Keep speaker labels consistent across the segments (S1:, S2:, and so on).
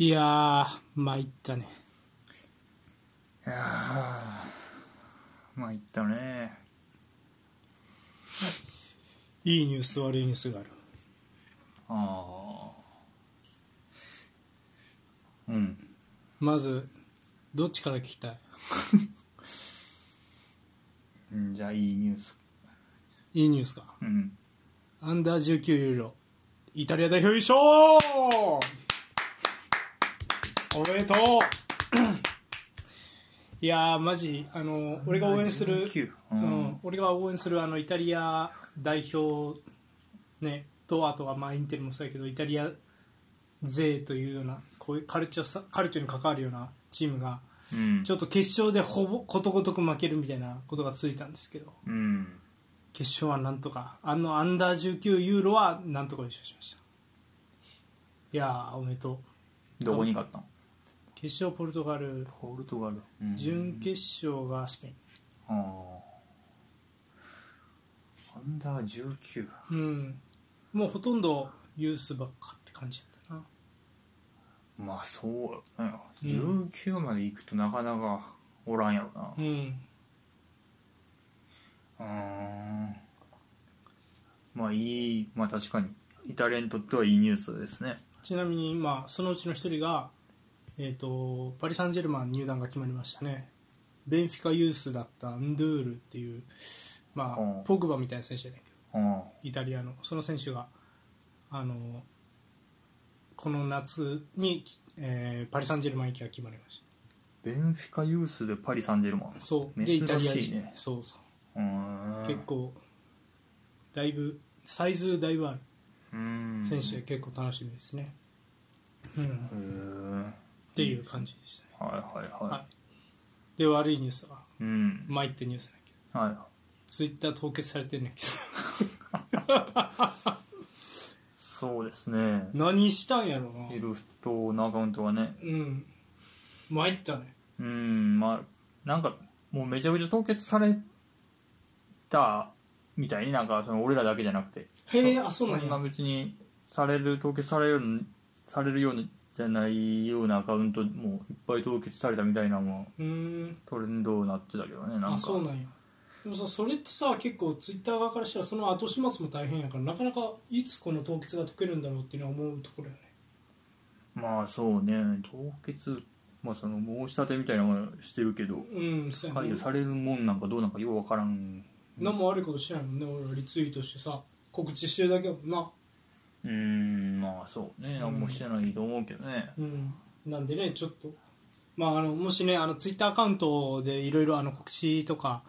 S1: いやー、参ったね。
S2: いやーまあいったね
S1: いいニュース、悪いニュースがある。
S2: ああうん
S1: まず、どっちから聞きたい
S2: うんじゃあいいニュース
S1: いいニュースか。
S2: うん
S1: アンダー19ユーロ、イタリア代表優勝おめでとういやー、マジ、あの、俺が応援する、
S2: 19
S1: う
S2: う
S1: んん、俺が応援する、あの、イタリア代表、ね、と、あとは、まあ、インテルもそうやけど、イタリア勢というような、こういうカルチャーさ、カルチャーに関わるようなチームが、
S2: うん
S1: ちょっと決勝でほぼことごとく負けるみたいなことがついたんですけど
S2: うん
S1: 決勝はなんとかあのアンダー19ユーロはなんとか優勝しましたいやーおめでとう
S2: どこに勝ったの
S1: 決勝ポルトガル
S2: ポルトガル、うん、
S1: 準決勝がスペイン
S2: ああアンダー19
S1: うんもうほとんどユースばっかって感じだったな
S2: まあそうやな19まで行くとなかなかおらんやろな
S1: うん
S2: うーんまあいいまあ確かにイタリアにとってはいいニュースですね
S1: ちなみにまあそのうちの一人がえっ、とパリ・サンジェルマン入団が決まりましたねベンフィカユースだったンドゥールっていうま
S2: う
S1: あ
S2: ん
S1: ポグバみたいな選手じゃないけど
S2: うん
S1: イタリアのその選手があのこの夏に、えーパリ・サンジェルマン行きが決まりまし
S2: ベンフィカユースでパリ・サンジェルマン
S1: たそうでイタリア
S2: 珍しい
S1: 人、
S2: ね
S1: そうそう
S2: うーん
S1: 結構だいぶサイズだいぶある
S2: うーん
S1: 選手で結構楽しみですねうん、っ
S2: へー
S1: ていう感じでしたね、
S2: はいはいはい、
S1: はい、で悪いニュースは
S2: うん
S1: 参ってニュースだけど
S2: はい
S1: ツイッター凍結されてんねんけ
S2: そうですね
S1: ど何したんやろうな
S2: エルフトのアカウントがね
S1: うん参ったね
S2: うんまあなんかもうめちゃくちゃ凍結されたみたいになんかその俺らだけじゃなくて
S1: へえあそうなん
S2: そんな
S1: や
S2: 別にされる凍結されるようなされるようなじゃないようなアカウントもいっぱい凍結されたみたいなのも
S1: うん
S2: トレンドになってたけどねなんか
S1: あそうなんやでもさそれってさ結構ツイッター側からしたらその後始末も大変やからなかなかいつこの凍結が解けるんだろうっていうのは思うところやね
S2: まあそうね凍結まあその申し立てみたいなものはしてるけど
S1: うんそうや
S2: 解
S1: ね
S2: 除されるもんなんかどうなんかようわからん
S1: 何も悪いことしないもんね俺らリツイートしてさ告知してるだけやもんな
S2: うんまあそうね何もしてないと思うけどね
S1: うんなんでねちょっとまああのもしねあのツイッターアカウントでいろいろあの告知とか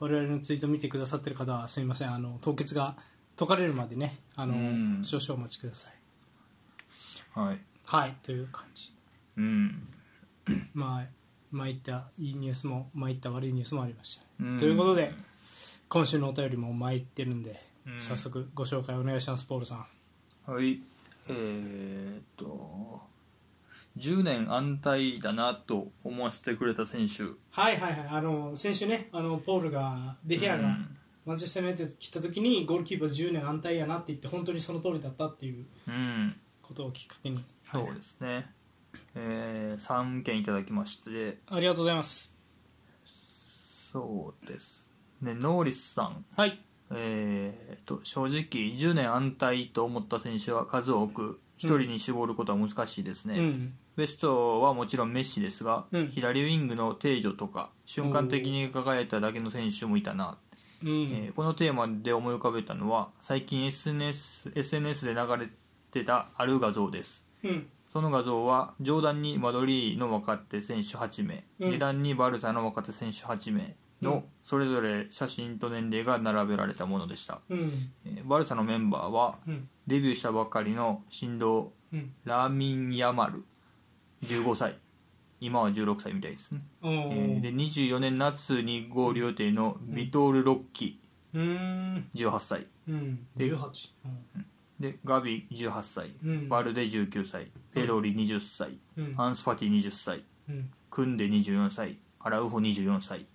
S1: 我々のツイート見てくださってる方はすみませんあの凍結が解かれるまでねあの、
S2: うん
S1: 少々お待ちください
S2: はい
S1: はいという感じ
S2: うん
S1: まあ、参ったいいニュースも参った悪いニュースもありました、
S2: うん
S1: ということで今週のお便りも参ってるんで、
S2: うん
S1: 早速ご紹介お願いしますポールさん
S2: はいえー、っと10年安泰だなと思わせてくれた選手
S1: はいはいはいあの先週ねあのポールがデヘア
S2: う
S1: が
S2: ん
S1: マンチェスター・ユナイテッド来た時にゴールキーパー10年安泰やなって言って本当にその通りだったっていう
S2: うん
S1: ことをきっかけに、
S2: そうですね、えー、3件いただきまして
S1: ありがとうございます
S2: そうですねノーリスさん
S1: はい
S2: えー、と正直10年安泰と思った選手は数多く1人に絞ることは難しいですね、
S1: うん
S2: ベストはもちろんメッシですが、
S1: うん
S2: 左ウィングの定女とか瞬間的に輝いただけの選手もいたな
S1: うん、
S2: えーこのテーマで思い浮かべたのは最近 SNS, SNS で流れてたある画像です
S1: うん
S2: その画像は上段にマドリーの若手選手8名、
S1: うん
S2: 下段にバルサの若手選手8名のそれぞれ写真と年齢が並べられたものでした、
S1: うん
S2: えーバルサのメンバーは
S1: うん
S2: デビューしたばかりの新郎
S1: うん
S2: ラーミン・ヤマル15歳今は16歳みたいですね、
S1: お
S2: え
S1: ー
S2: ーで24年夏に合流予定のビトール・ロッキ
S1: うーん
S2: 18歳、
S1: うん
S2: で
S1: 18
S2: でガビ18歳、
S1: うん
S2: バルデ19歳ペロリ20歳、
S1: うん
S2: アンスファティ20歳
S1: うん
S2: クンデ24歳アラウホ24歳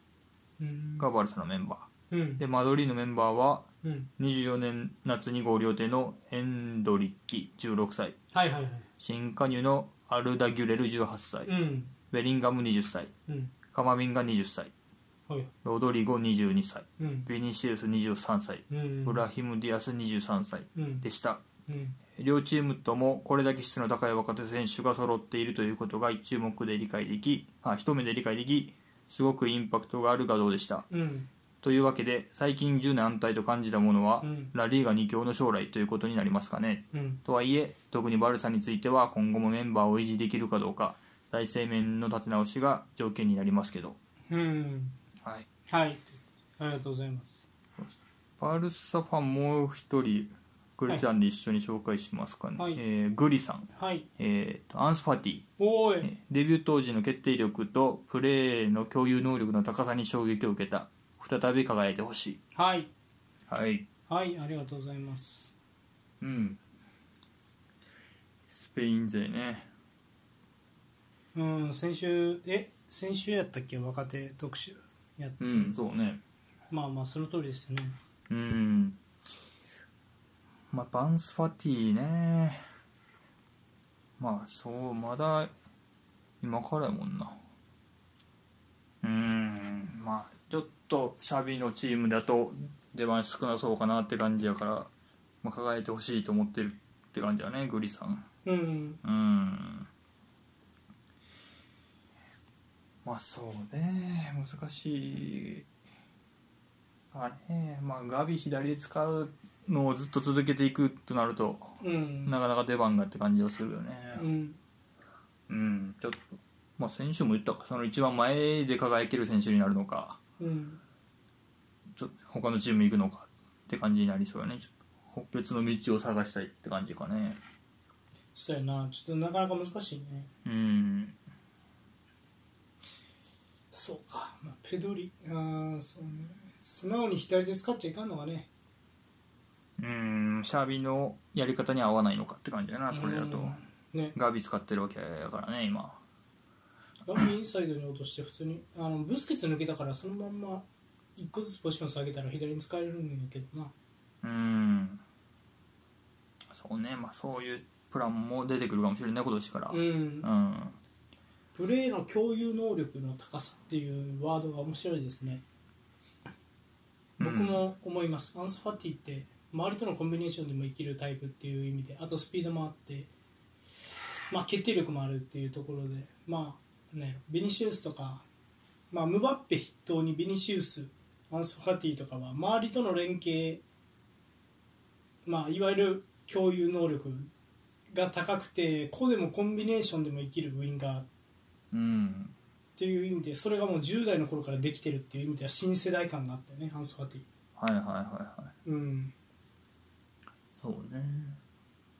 S1: うん
S2: がバルサのメンバ
S1: うん
S2: ーでマドリーのメンバーは
S1: うん
S2: 24年夏に合流予定のヘンドリッキ16歳
S1: はいはいはい
S2: 新加入のアルダ・ギュレル18歳、
S1: うん
S2: ベリンガム20歳
S1: うん
S2: カマビンガ20歳
S1: はい
S2: ロドリゴ22歳
S1: うん
S2: ビニシウス23歳
S1: うん
S2: ブラヒム・ディアス23歳
S1: うん
S2: でした
S1: うん
S2: 両チームともこれだけ質の高い若手選手が揃っているということが一目で理解できあ一目で理解できすごくインパクトがある画像でした
S1: うん
S2: というわけで最近10年安泰と感じたものは、
S1: うん
S2: ラリーが2強の将来ということになりますかね
S1: うん
S2: とはいえ特にバルサについては今後もメンバーを維持できるかどうか財政面の立て直しが条件になりますけど、
S1: うん
S2: はい、
S1: はいありがとうございます
S2: バルサファンもう一人くれちゃんで一緒に紹介しますかね、
S1: はい
S2: えーグリさん、
S1: はい
S2: えーとアンスファティ
S1: おーい
S2: えーデビュー当時の決定力とプレーの共有能力の高さに衝撃を受けた再び輝いてほしい
S1: はい
S2: はい
S1: はいありがとうございます
S2: うんスペイン勢ね
S1: うん先週え先週やったっけ若手特集やっ
S2: うんそうね
S1: まあまあその通りですよね
S2: うんまあバンスファティねまあそうまだ今からやもんなうんまあちょっとシャビのチームだと出番少なそうかなって感じやから、まあ、輝いてほしいと思ってるって感じやねグリさん
S1: うん
S2: うんまあそうね難しいあれまあガビ左で使うのをずっと続けていくとなると
S1: うん
S2: なかなか出番がって感じがするよね
S1: うん
S2: うんちょっとまあ先週も言ったかその一番前で輝ける選手になるのか
S1: うん
S2: ちょっと他のチーム行くのかって感じになりそうやねちょっと別の道を探したいって感じかね
S1: そうやなちょっとなかなか難しいね
S2: うん
S1: そうか、まあ、ペドリああそうね素直に左で使っちゃいかんのがね
S2: うーんシャービのやり方に合わないのかって感じだなそれだと
S1: うんね
S2: ガビ使ってるわけやからね今
S1: ガビインサイドに落として普通にあのブスケツ抜けたからそのまんま一個ずつポジション下げたら左に使えるんやけどな
S2: うーんそうねまあそういうプランも出てくるかもしれない今年から
S1: う
S2: うん、
S1: んプレーの共有能力の高さっていうワードが面白いですね僕も思います、アンスファティって周りとのコンビネーションでも生きるタイプっていう意味であとスピードもあって、まあ、決定力もあるっていうところでまあねビニシウスとか、まあ、ムバッペ筆頭にビニシウスアンスファティとかは周りとの連携、まあ、いわゆる共有能力が高くて個でもコンビネーションでも生きるウィンガーっ
S2: うん
S1: ていう意味でそれがもう10代の頃からできてるっていう意味では新世代感があったよねアンスファティ。
S2: はいはいはいはい
S1: うん
S2: そうね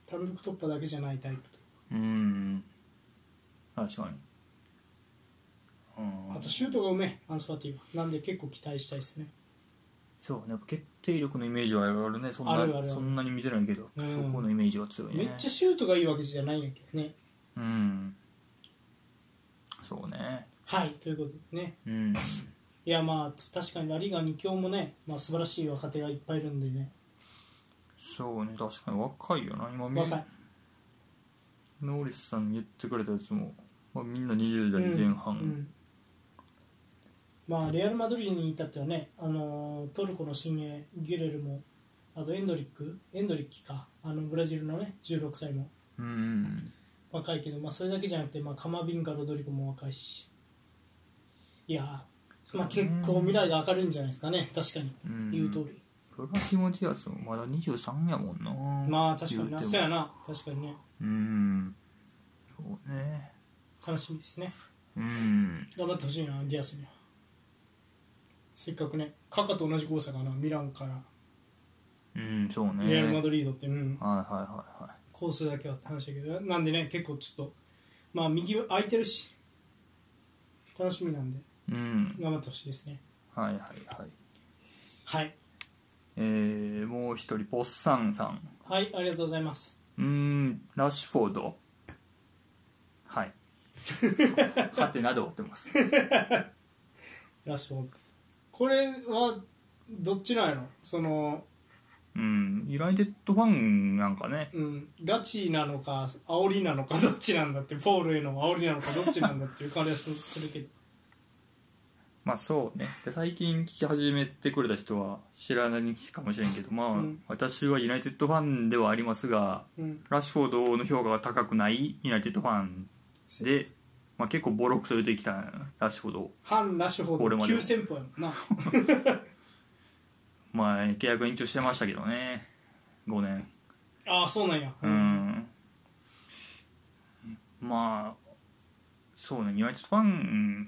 S1: 単独突破だけじゃないタイプと、
S2: うん確かにうん
S1: あとシュートがうめえアンスファティはなんで結構期待したいですね
S2: そうねやっぱ決定力のイメージはあるねそんな
S1: あるあるある
S2: そんなに見てないけど、
S1: うん
S2: そこのイメージは強い
S1: め
S2: ね
S1: っちゃシュートがいいわけじゃないんやけどね
S2: うんそうね
S1: はいということでね
S2: うん
S1: いやまあ確かにラリーガ2強もね、まあ、素晴らしい若手がいっぱいいるんでね
S2: そうね確かに若いよな今み
S1: 若い
S2: ノーリスさん言ってくれたやつも、まあ、みんな20代前
S1: う
S2: 半、
S1: んうんまあレアル・マドリードに至ってはね、あのートルコの新鋭ギュレルもあとエンドリックエンドリッキかあのブラジルのね16歳も
S2: うんうん
S1: 若いけど、まあ、それだけじゃなくて、まあ、カマビンガロドリゴも若いしいやー、まあ、
S2: そう
S1: 結
S2: ね
S1: 構未来が明るいんじゃないですかね確かに、
S2: うん
S1: 言う通り
S2: プラヒモディアスもまだ23やもんな
S1: まあ確かにな
S2: 言うても
S1: そうやな確かにね
S2: うんそうね
S1: 楽しみですね
S2: うん
S1: 頑張ってほしいなディアスにはせっかくねカカと同じ号差かなミランから
S2: うんそうね
S1: レアル・マドリードって、うん、
S2: はいはいはいはい
S1: コースだけはって話だけどなんでね結構ちょっとまあ右空いてるし楽しみなんで
S2: うん
S1: 頑張ってほしいですね
S2: はいはいはい
S1: はい
S2: えー、もう一人ポッサンさん
S1: はいありがとうございます
S2: うーんラッシュフォードはい はてなで追ってます
S1: ラッシュフォードこれはどっちなんやろその
S2: ううん、ユナイテッドファンなんかね
S1: うん、ガチなのか煽りなのかどっちなんだってポールへの煽りなのかどっちなんだっていう感じはすす るけど
S2: まあそうねで最近聞き始めてくれた人は知らないかもしれんけどまあ、
S1: うん
S2: 私はユナイテッドファンではありますが
S1: うん
S2: ラッシュフォードの評価が高くないユナイテッドファンで、まあ、結構ボロクソ言ってきたラッシュフォードを
S1: 反ラッシュフォ
S2: こ
S1: ー
S2: れ
S1: ド
S2: まで
S1: 9000歩やもん な
S2: まあ契約延長してましたけどね5年
S1: ああそうなんや
S2: うんまあそうねユナイテッドファン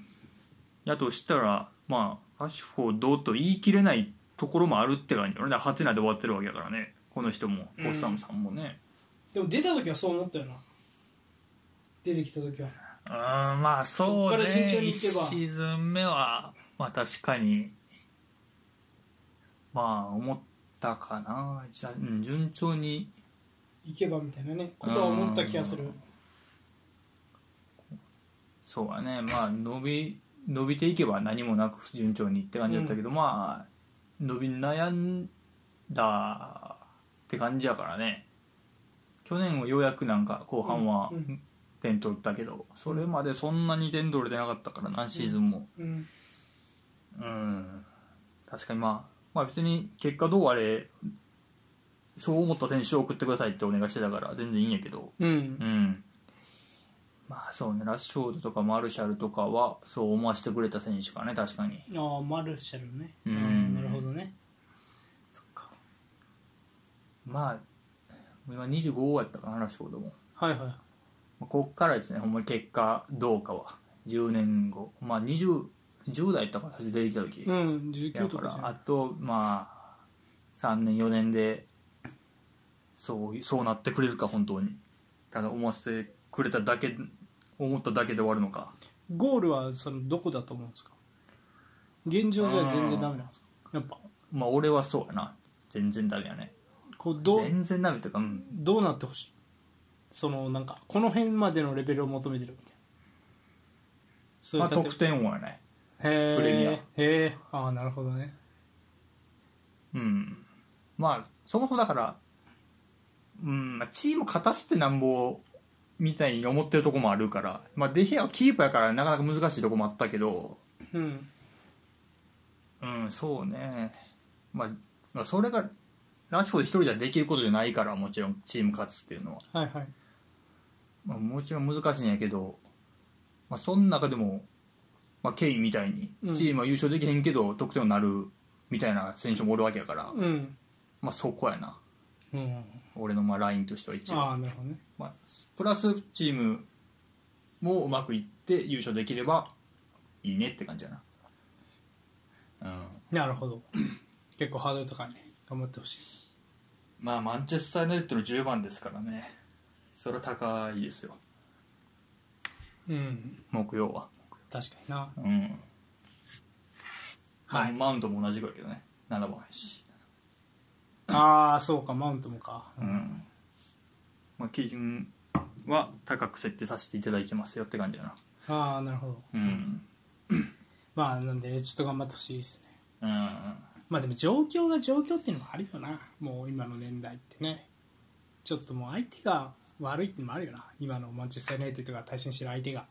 S2: やとしたらまあラッシュフォードと言い切れないところもあるって感じだよねだからハテナで終わってるわけだからねこの人も
S1: う
S2: ホ
S1: ん
S2: ッサムさんもね、
S1: でも出た時はそう思ったよな出てきた時は
S2: うん、まあ
S1: そうねこっから順調にいけば
S2: シーズン目はまあ確かにまあ思ったかなじゃあ、うん、順調に
S1: 行けばみたいなねことは思った気がする
S2: そうだねまあ伸び伸びていけば何もなく順調にって感じだったけど、まあ伸び悩んだって感じやからね去年はようやくなんか後半は
S1: うんうん
S2: 点取ったけど、それまでそんなに点取れてなかったから何シーズンも
S1: うん
S2: うん、確かにまあまあ別に結果どうあれそう思った選手を送ってくださいってお願いしてたから全然いいんやけど、
S1: うん
S2: うん、まあそうねラッシュフォードとかマルシャルとかはそう思わせてくれた選手かね確かに
S1: ああマルシャルね
S2: うん
S1: うんなるほどね
S2: まあ今25号やったかなラッシュフォードも、
S1: はいはい
S2: まあこっからですねほんまに結果どうかは10年後まあ20 10代やったから最初出てきた時、
S1: うん19
S2: だ
S1: と
S2: か
S1: かじゃ
S2: ら
S1: な
S2: あ
S1: い
S2: とまあ3年4年でそうそうなってくれるか本当にただ思わせてくれただけ思っただけで終わるのか
S1: ゴールはそのどこだと思うんですか現状じゃ全然ダメなんですかやっぱ
S2: まあ俺はそうやな全然ダメやね
S1: こうどう
S2: 全然ダメというか、うん、
S1: どうなってほしいそのなんかこの辺までのレベルを求めてるみたいなそうい
S2: ま
S1: う
S2: あ、得点王やね
S1: へえ
S2: プレミア
S1: へえああなるほどね
S2: うんまあそもそもだから、うんまあ、チーム勝たせてなんぼみたいに思ってるとこもあるから、まあ、デヘアはキーパーやからなかなか難しいとこもあったけど
S1: うん
S2: うんそうねまあまあそれがラッシュフォード一人じゃできることじゃないからもちろんチーム勝つっていうのは、
S1: はいはい
S2: まあ、もちろん難しいんやけど、まあ、その中でも、まあ、ケインみたいに
S1: うん
S2: チームは優勝できへんけど得点をなるみたいな選手もおるわけやから、
S1: うん、
S2: まあ、そこやな
S1: うん、
S2: 俺のまあラインとしては一
S1: あ
S2: 応
S1: あなるほどね
S2: まあ、プラスチームもうまくいって優勝できればいいねって感じやな、うん、
S1: なるほど結構ハードル高いね頑張ってほしい
S2: まあマンチェスター・ユナイテッドの10番ですからねそれは高いですよ
S1: うん
S2: 木曜は、
S1: 確かにな
S2: うん
S1: はい
S2: まあマウントも同じぐらいけどね7番やし、
S1: ああそうかマウントもか
S2: うんまあ、基準は高く設定させていただいてますよって感じやな
S1: ああなるほど
S2: うん、
S1: まあなんでちょっと頑張ってほしいですね
S2: うん
S1: まあでも状況が状況っていうのもあるよなもう今の年代ってねちょっともう相手が悪いってのもあるよな今のマンチェスター・ユナイテッドが対戦してる相手が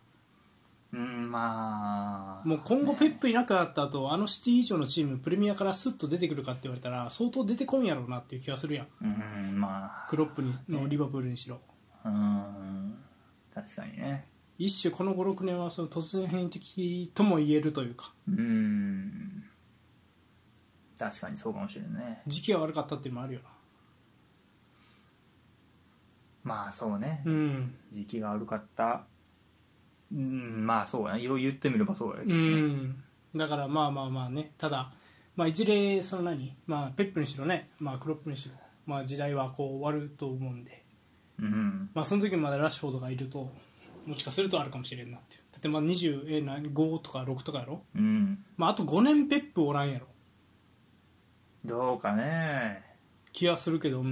S2: うん、まあ
S1: もう今後ペップいなくなった後あのシティ以上のチームプレミアからスッと出てくるかって言われたら相当出てこんやろうなっていう気がするやん
S2: うんま
S1: クロップにのリバプールにしろ
S2: あうん確かにね
S1: 一種この56年はその突然変異的とも言えるというか
S2: うん確かにそうかもしれんね
S1: 時期が悪かったっていうのもあるよな
S2: まあそうね
S1: うん
S2: 時期が悪かったうんまあそうやなよう言ってみればそうやけ
S1: う
S2: どね
S1: んだからまあまあまあねただ、まあ、いずれその何、まあ、ペップにしろね、まあ、クロップにしろ、まあ、時代はこう終わると思うんで、
S2: うん
S1: まあ、その時まだラッシュフォードがいるともしかするとあるかもしれんなっていうだってまあ25とか6とかやろ、
S2: うん
S1: まあ、あと5年ペップおらんやろ
S2: どうかね
S1: 気がするけど、うん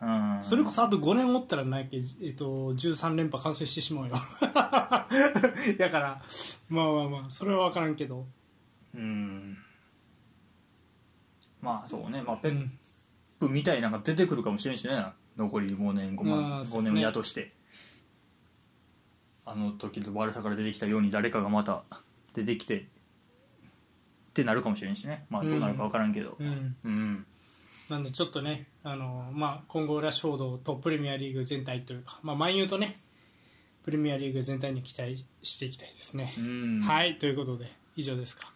S2: うん
S1: それこそあと5年おったらなんやっけ、えっと、13連覇完成してしまうよ だからまあまあまあそれは分からんけど
S2: うんまあそうねまあペッ
S1: うん
S2: プみたいなのが出てくるかもしれんしね残り5年5
S1: あ
S2: 万
S1: ー
S2: 5
S1: そうね
S2: 年やとしてあの時の悪さから出てきたように誰かがまた出てきてってなるかもしれんしねまあどうなるか分からんけど
S1: うん、
S2: うん
S1: なんでちょっとね、あのまあ、今後ラッシュフォードとプレミアリーグ全体というか、まあ、万有とねプレミアリーグ全体に期待していきたいですね
S2: う、んい
S1: はいということで以上ですか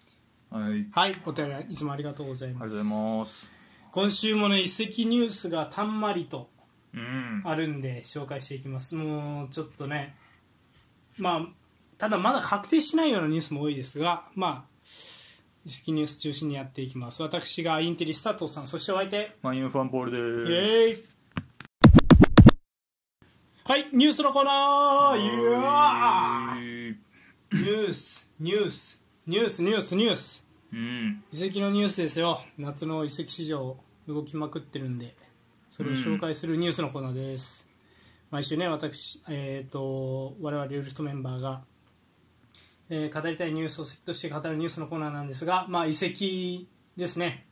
S2: はいあり
S1: はいお便りいつもありがとうござい
S2: がと
S1: ま
S2: うご
S1: す
S2: ざいます
S1: 今週もね移籍ニュースがたんまりと
S2: うん
S1: あるんで紹介していきますもうちょっとねまあただまだ確定しないようなニュースも多いですがまあ移籍ニュース中心にやっていきます私がインテリス佐藤さんそしてお相手
S2: マンユーファンボール
S1: イ
S2: でーす
S1: エーイはいニュースのコーナーイエーイニュースニュースニュースニュースニュース
S2: うん
S1: 移籍のニュースですよ夏の移籍市場動きまくってるんでそれを紹介するニュースのコーナーです、毎週ね私、えー、と我々ルフトメンバーが、えー語りたいニュースをセットして語るニュースのコーナーなんですが、まあ、移籍ですね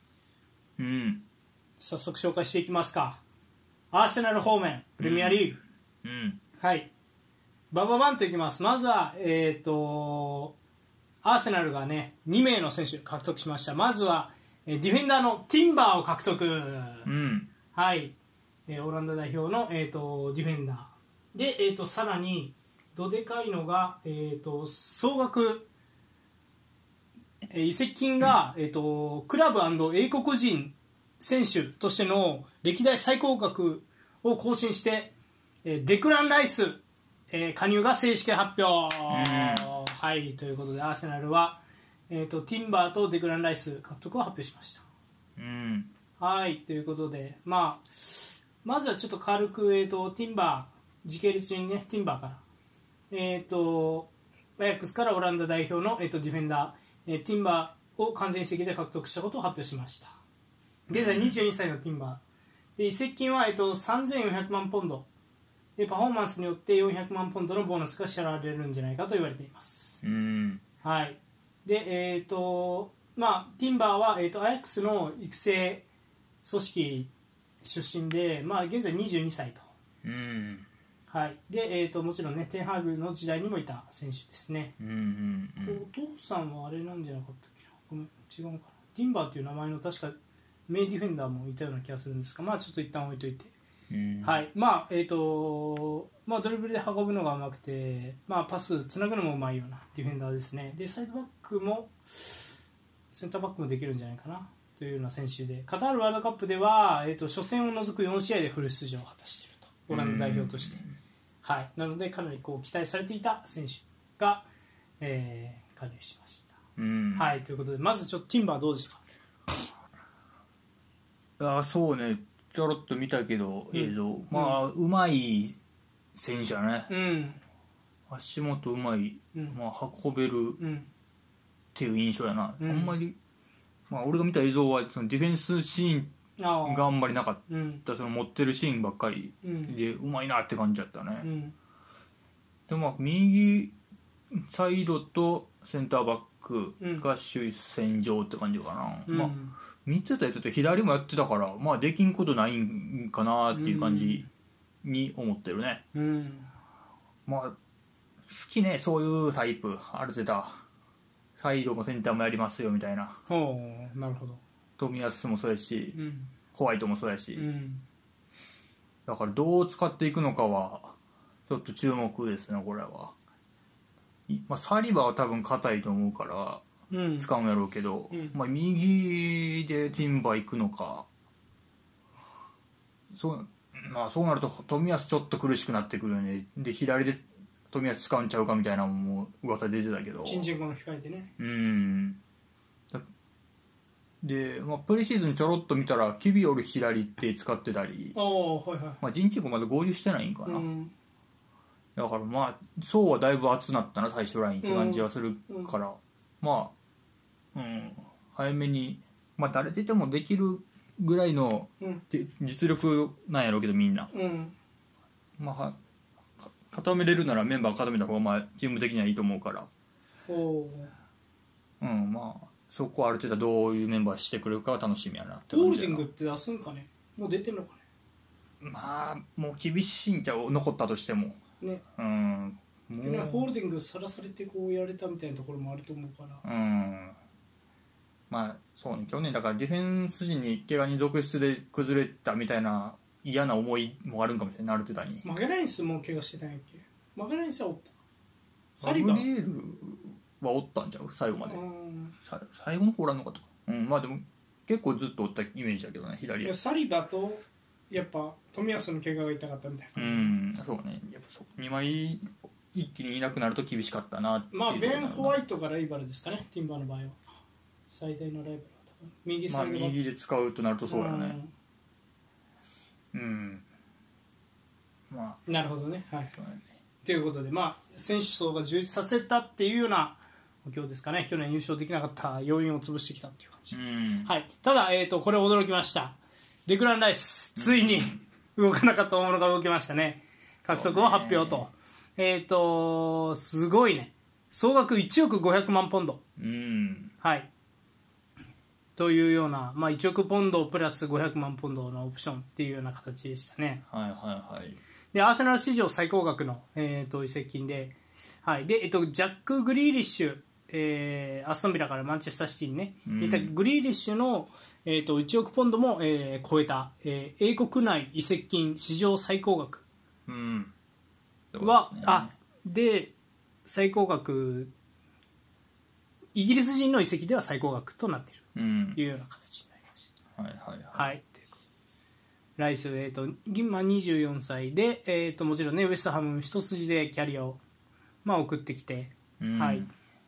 S2: うん
S1: 早速紹介していきますかアーセナル方面プレミアリーグ、
S2: うん
S1: はいバババンといきますまずはえっ、とアーセナルがね2名の選手獲得しましたまずはえーディフェンダーのティンバーを獲得、
S2: うん
S1: はい、えーオランダ代表の、えー、とディフェンダーで、えー、とさらにどでかいのが、えー、と総額、えー移籍金が、えー、とクラブ英国人選手としての歴代最高額を更新して、えーデクラン・ライス、えー加入が正式発表、はいということでアーセナルは、えー、とティンバーとデクラン・ライス獲得を発表しました。
S2: うん
S1: はいということで、まあ、まずはちょっと軽く、えー、とティンバー時系列順にねティンバーから、えー、とアヤックスからオランダ代表の、えー、とディフェンダー、えーティンバーを完全移籍で獲得したことを発表しました現在22歳のティンバーで移籍金は、えー、と3400万ポンドでパフォーマンスによって400万ポンドのボーナスが支払われるんじゃないかと言われています
S2: うん
S1: はい、で、えーとまあ、ティンバーは、えー、とアヤックスの育成組織出身で、まあ、現在22歳と、
S2: うん
S1: はいでえー、ともちろんねテンハーグの時代にもいた選手ですね、
S2: うんうんうん
S1: お父さんはあれなんじゃなかったっけなごめん違うのかなティンバーっていう名前の確か名ディフェンダーもいたような気がするんですが、まあ、ちょっと一旦置いといて
S2: うん
S1: はいまあえーとまあ、ドリブルで運ぶのがうまくて、まあ、パスつなぐのもうまいようなディフェンダーですねでサイドバックもセンターバックもできるんじゃないかなというような選手でカタールワールドカップでは、えー、と初戦を除く4試合でフル出場を果たしているとオランダ代表として、はい、なのでかなりこう期待されていた選手が、えー加入しました、
S2: うん
S1: はい、ということでまずちょっとティンバーどうですか
S2: あそうねちょろっと見たけど
S1: うん
S2: 映像、まあうまい選手だね、
S1: うん
S2: 足元うまい、
S1: うん
S2: まあ、運べるっ
S1: うん
S2: ていう印象やな、
S1: うん
S2: あんまり、まあ、俺が見た映像はそのディフェンスシ
S1: あ
S2: ーン
S1: ー
S2: があんまりなかっ
S1: うん
S2: たその持ってるシーンばっかり
S1: うん
S2: でうまいなって感じだったね、
S1: うん
S2: でまあ右サイドとセンターバックが主戦場って感じかな、
S1: うん
S2: まあ見てたやつって左もやってたからまあできんことないんかなっていう感じに思ってるね、
S1: うん
S2: まあ好きねそういうタイプある程度サイドもセンターもやりますよみたいな
S1: ほうなるほど
S2: 冨安もそうやし
S1: うん
S2: ホワイトもそうやし、
S1: うん
S2: だからどう使っていくのかはちょっと注目ですねこれは、いまあ、サリバは多分硬いと思うから
S1: うん
S2: 使うんやろうけど、
S1: うん
S2: まあ、右でティンバー行くのかそう,、まあ、そうなると冨安ちょっと苦しくなってくるよねで左で冨安使うんちゃうかみたいなのも噂出てたけど
S1: チンジンコの控えてね
S2: うんだで、まあ、プレシーズンちょろっと見たらキビオル左って使ってたり、
S1: ああはいは
S2: まあ、人チコまだ合流してないんか
S1: い
S2: な、
S1: うん
S2: だからまあ層はだいぶ厚なったな最初ラインって感じはするから、まあ、うん、早めにまあ誰出てもできるぐらいの
S1: うん
S2: で実力なんやろうけどみんな、
S1: うん
S2: まあはか固めれるならメンバー固めた方がまあチーム的にはいいと思うから、
S1: お
S2: うん、まあそこはある程度どういうメンバーしてくれるかは楽しみやなって
S1: ゴー
S2: 感
S1: ル
S2: じ
S1: デ
S2: や
S1: ィン
S2: な
S1: グって出すんかねもう出てんのか
S2: まあもう厳しいんちゃう残ったとしても
S1: ねね
S2: うんも
S1: でねホー
S2: う
S1: ルディングさらされてこうやれたみたいなところもあると思うから
S2: うんまあそうね去年だからディフェンス陣に怪我に続出で崩れたみたいな嫌な思いもあるんかもしれないナルテダに
S1: マゲラインスも怪我してたんやっけマゲラインスはおったサリバ
S2: ガブリエルはおったんちゃう最後まで
S1: うん
S2: さ最後の方おらんのかとかうんまあでも結構ずっとおったイメージだけどね
S1: い
S2: 左
S1: やサリバとやっぱ冨安の怪我が痛かったみたいな
S2: う
S1: 感じ、
S2: んそうねやっぱそう2枚一気にいなくなると厳しかったなっていう
S1: まあベン・ホワ
S2: イ
S1: イトがライバルですかねティンバーの場合は最大のライバルは多分右
S2: まあ
S1: サイドバック
S2: 右で使うとなるとそうだよねうんまあ
S1: うんなるほどねはい
S2: そうだね
S1: ということでまあ選手層が充実させたっていうような今日ですかね去年優勝できなかった要因を潰してきたっていう感じ、
S2: うん
S1: はい、ただ、えー、とこれ驚きましたデクラン・ライスついに動かなかった大物が動きましたね獲得を発表
S2: そ
S1: と,、えー、とすごいね総額1億500万ポンド
S2: うん
S1: はいというような、まあ、1億ポンドプラス500万ポンドのオプションっていうような形でしたね
S2: はいはいはい
S1: でアーセナル史上最高額の、えー、と移籍金で,、はいでえっとジャック・グリーリッシュ、えーアストンビラからマンチェスターシティにね、
S2: うん
S1: いたグリーリッシュの、えー、と1億ポンドも、えー超えた、えー英国内移籍金史上最高額
S2: うん
S1: は、
S2: そうですね
S1: あで最高額イギリス人の移籍では最高額となっている
S2: うん
S1: というような形になりました。
S2: はいはいはい
S1: はい、ライス、えーと今24歳で、えー、ともちろんねウエストハム一筋でキャリアを、まあ、送ってきて、
S2: うん
S1: はい、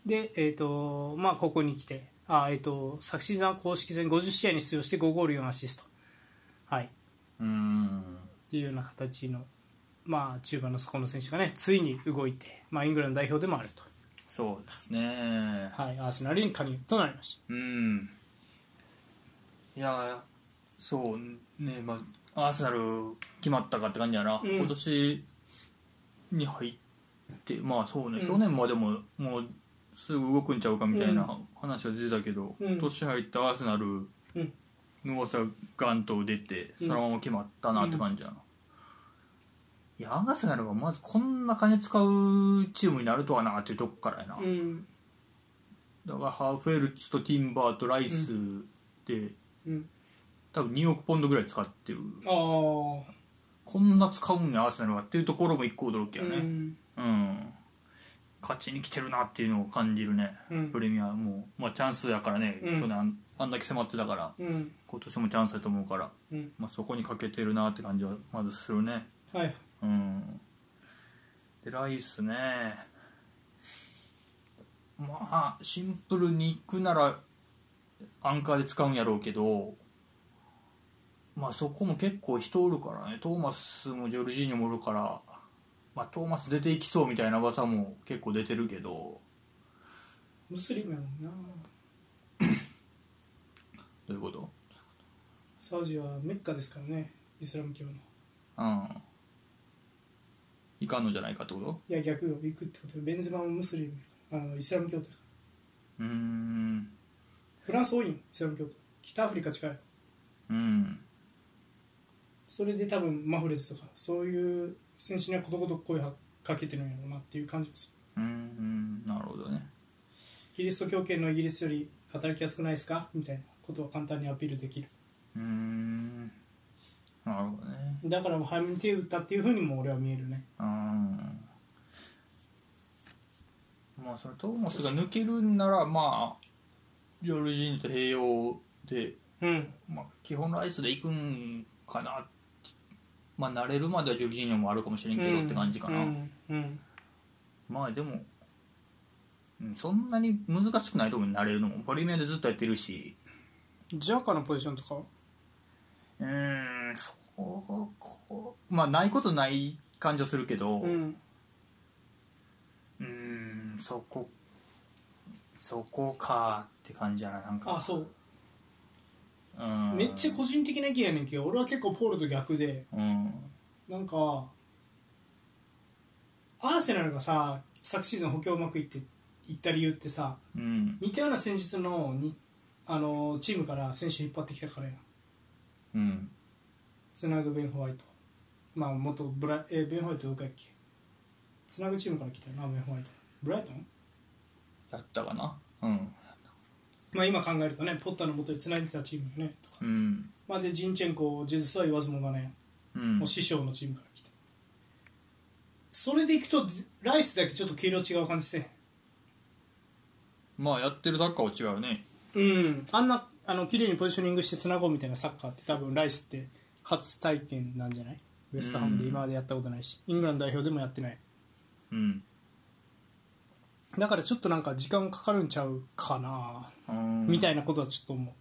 S1: で、えーとまあ、ここに来てあ、えー、と昨シーズンは公式戦50試合に出場して5ゴール4アシスト、はい、
S2: うん
S1: というような形の、まあ、中盤の底の選手が、ね、ついに動いて、まあ、イングランド代表でもあると、
S2: そうですね
S1: はい、アーセナルに加入となりまし
S2: うんいやそうねまあアーセナル決まったかって感じやな、
S1: うん
S2: 今年に入ってまあそうね、
S1: うん
S2: 去年までももうすぐ動くんちゃうかみたいな話は出てたけど、
S1: うん
S2: 今年入ったアーセナル
S1: た、うん、
S2: の噂がガンと出て
S1: う
S2: そ
S1: ん
S2: のまま決まったなって感じやな、いやアーセナルがまずこんな金使うチームになるとはなっていうとこからやな、
S1: うん
S2: だからハーフェルツとティンバーとライスで、
S1: うん、
S2: 多分2億ポンドぐらい使ってる
S1: あー、
S2: こんな使うんやアーセナルはっていうところも一個驚きや
S1: う
S2: ね
S1: ん
S2: うん、勝ちに来てるなっていうのを感じるね、
S1: うん
S2: プレミアもう、まあ、チャンスやからね、
S1: うん
S2: 去年あんあんだけ迫ってたから
S1: うん
S2: 今年もチャンスやと思うから、
S1: うん、
S2: まあ、そこにかけてるなって感じはまずするね
S1: はい
S2: うんでライスねまあシンプルに行くならアンカーで使うんやろうけどまあそこも結構人おるからねトーマスもジョルジーニョもおるから、まあ、トーマス出ていきそうみたいな噂も結構出てるけど
S1: ムスリムやもんな
S2: どういうこと
S1: サウジはメッカですからねイスラム教の
S2: うんいかんのじゃないかってこと
S1: いや逆を行くってことでベンゼマもムスリムやあのイスラム教徒や
S2: うーん
S1: フランス多いよイスラム教徒北アフリカ近い
S2: うん
S1: それで多分マフレズとかそういう選手にはことごとく声はかけてるんやろうなっていう感じです
S2: うんうんなるほどね
S1: キリスト教圏のイギリスより働きやすくないですかみたいなことは簡単にアピールできる
S2: うーんなるほどね
S1: だからもう早めに手を打ったっていうふうにも俺は見えるね
S2: うんまあそれトーマスが抜けるんならまあジョルジーニと併用で、
S1: うん
S2: まあ、基本ライスで行くんかなまあ慣れるまではジョルジーニもあるかもしれんけどって感じかな、
S1: うんうん
S2: まあでもうんそんなに難しくないと思う慣れるのもプレミアでずっとやってるし
S1: ジャカのポジションとかは
S2: うーんそうこまあないことない感じはするけど、
S1: うん
S2: うーんそこそこかって感じやななんか
S1: あそう
S2: うん
S1: めっちゃ個人的な意見やねんけど俺は結構ポールと逆で
S2: うん
S1: なんかアーセナルがさ昨シーズン補強うまくいっていった理由ってさ
S2: うん
S1: 似たような戦術のにあのチームから選手引っ張ってきたからやん
S2: うん
S1: つなぐベン・ホワイトまあ元ブラえベン・ホワイトどこやっけつなぐチームから来たよなベン・ホワイトブライトン
S2: やったかなうん
S1: まあ今考えるとねポッターの元につないでたチームよねとか、
S2: うん
S1: まあでジンチェンコジェズスは言わずもがね、
S2: うん
S1: もう師匠のチームから来たそれでいくとライスだけちょっと黄色違う感じせえへん
S2: まあやってるサッカーは違うね
S1: うん、あんなあの綺麗にポジショニングしてつなごうみたいなサッカーって多分ライスって初体験なんじゃないウエストハムで今までやったことないし、イングランド代表でもやってない
S2: うん
S1: だからちょっとなんか時間かかるんちゃうかな、みた
S2: い
S1: いなことはちょっと思う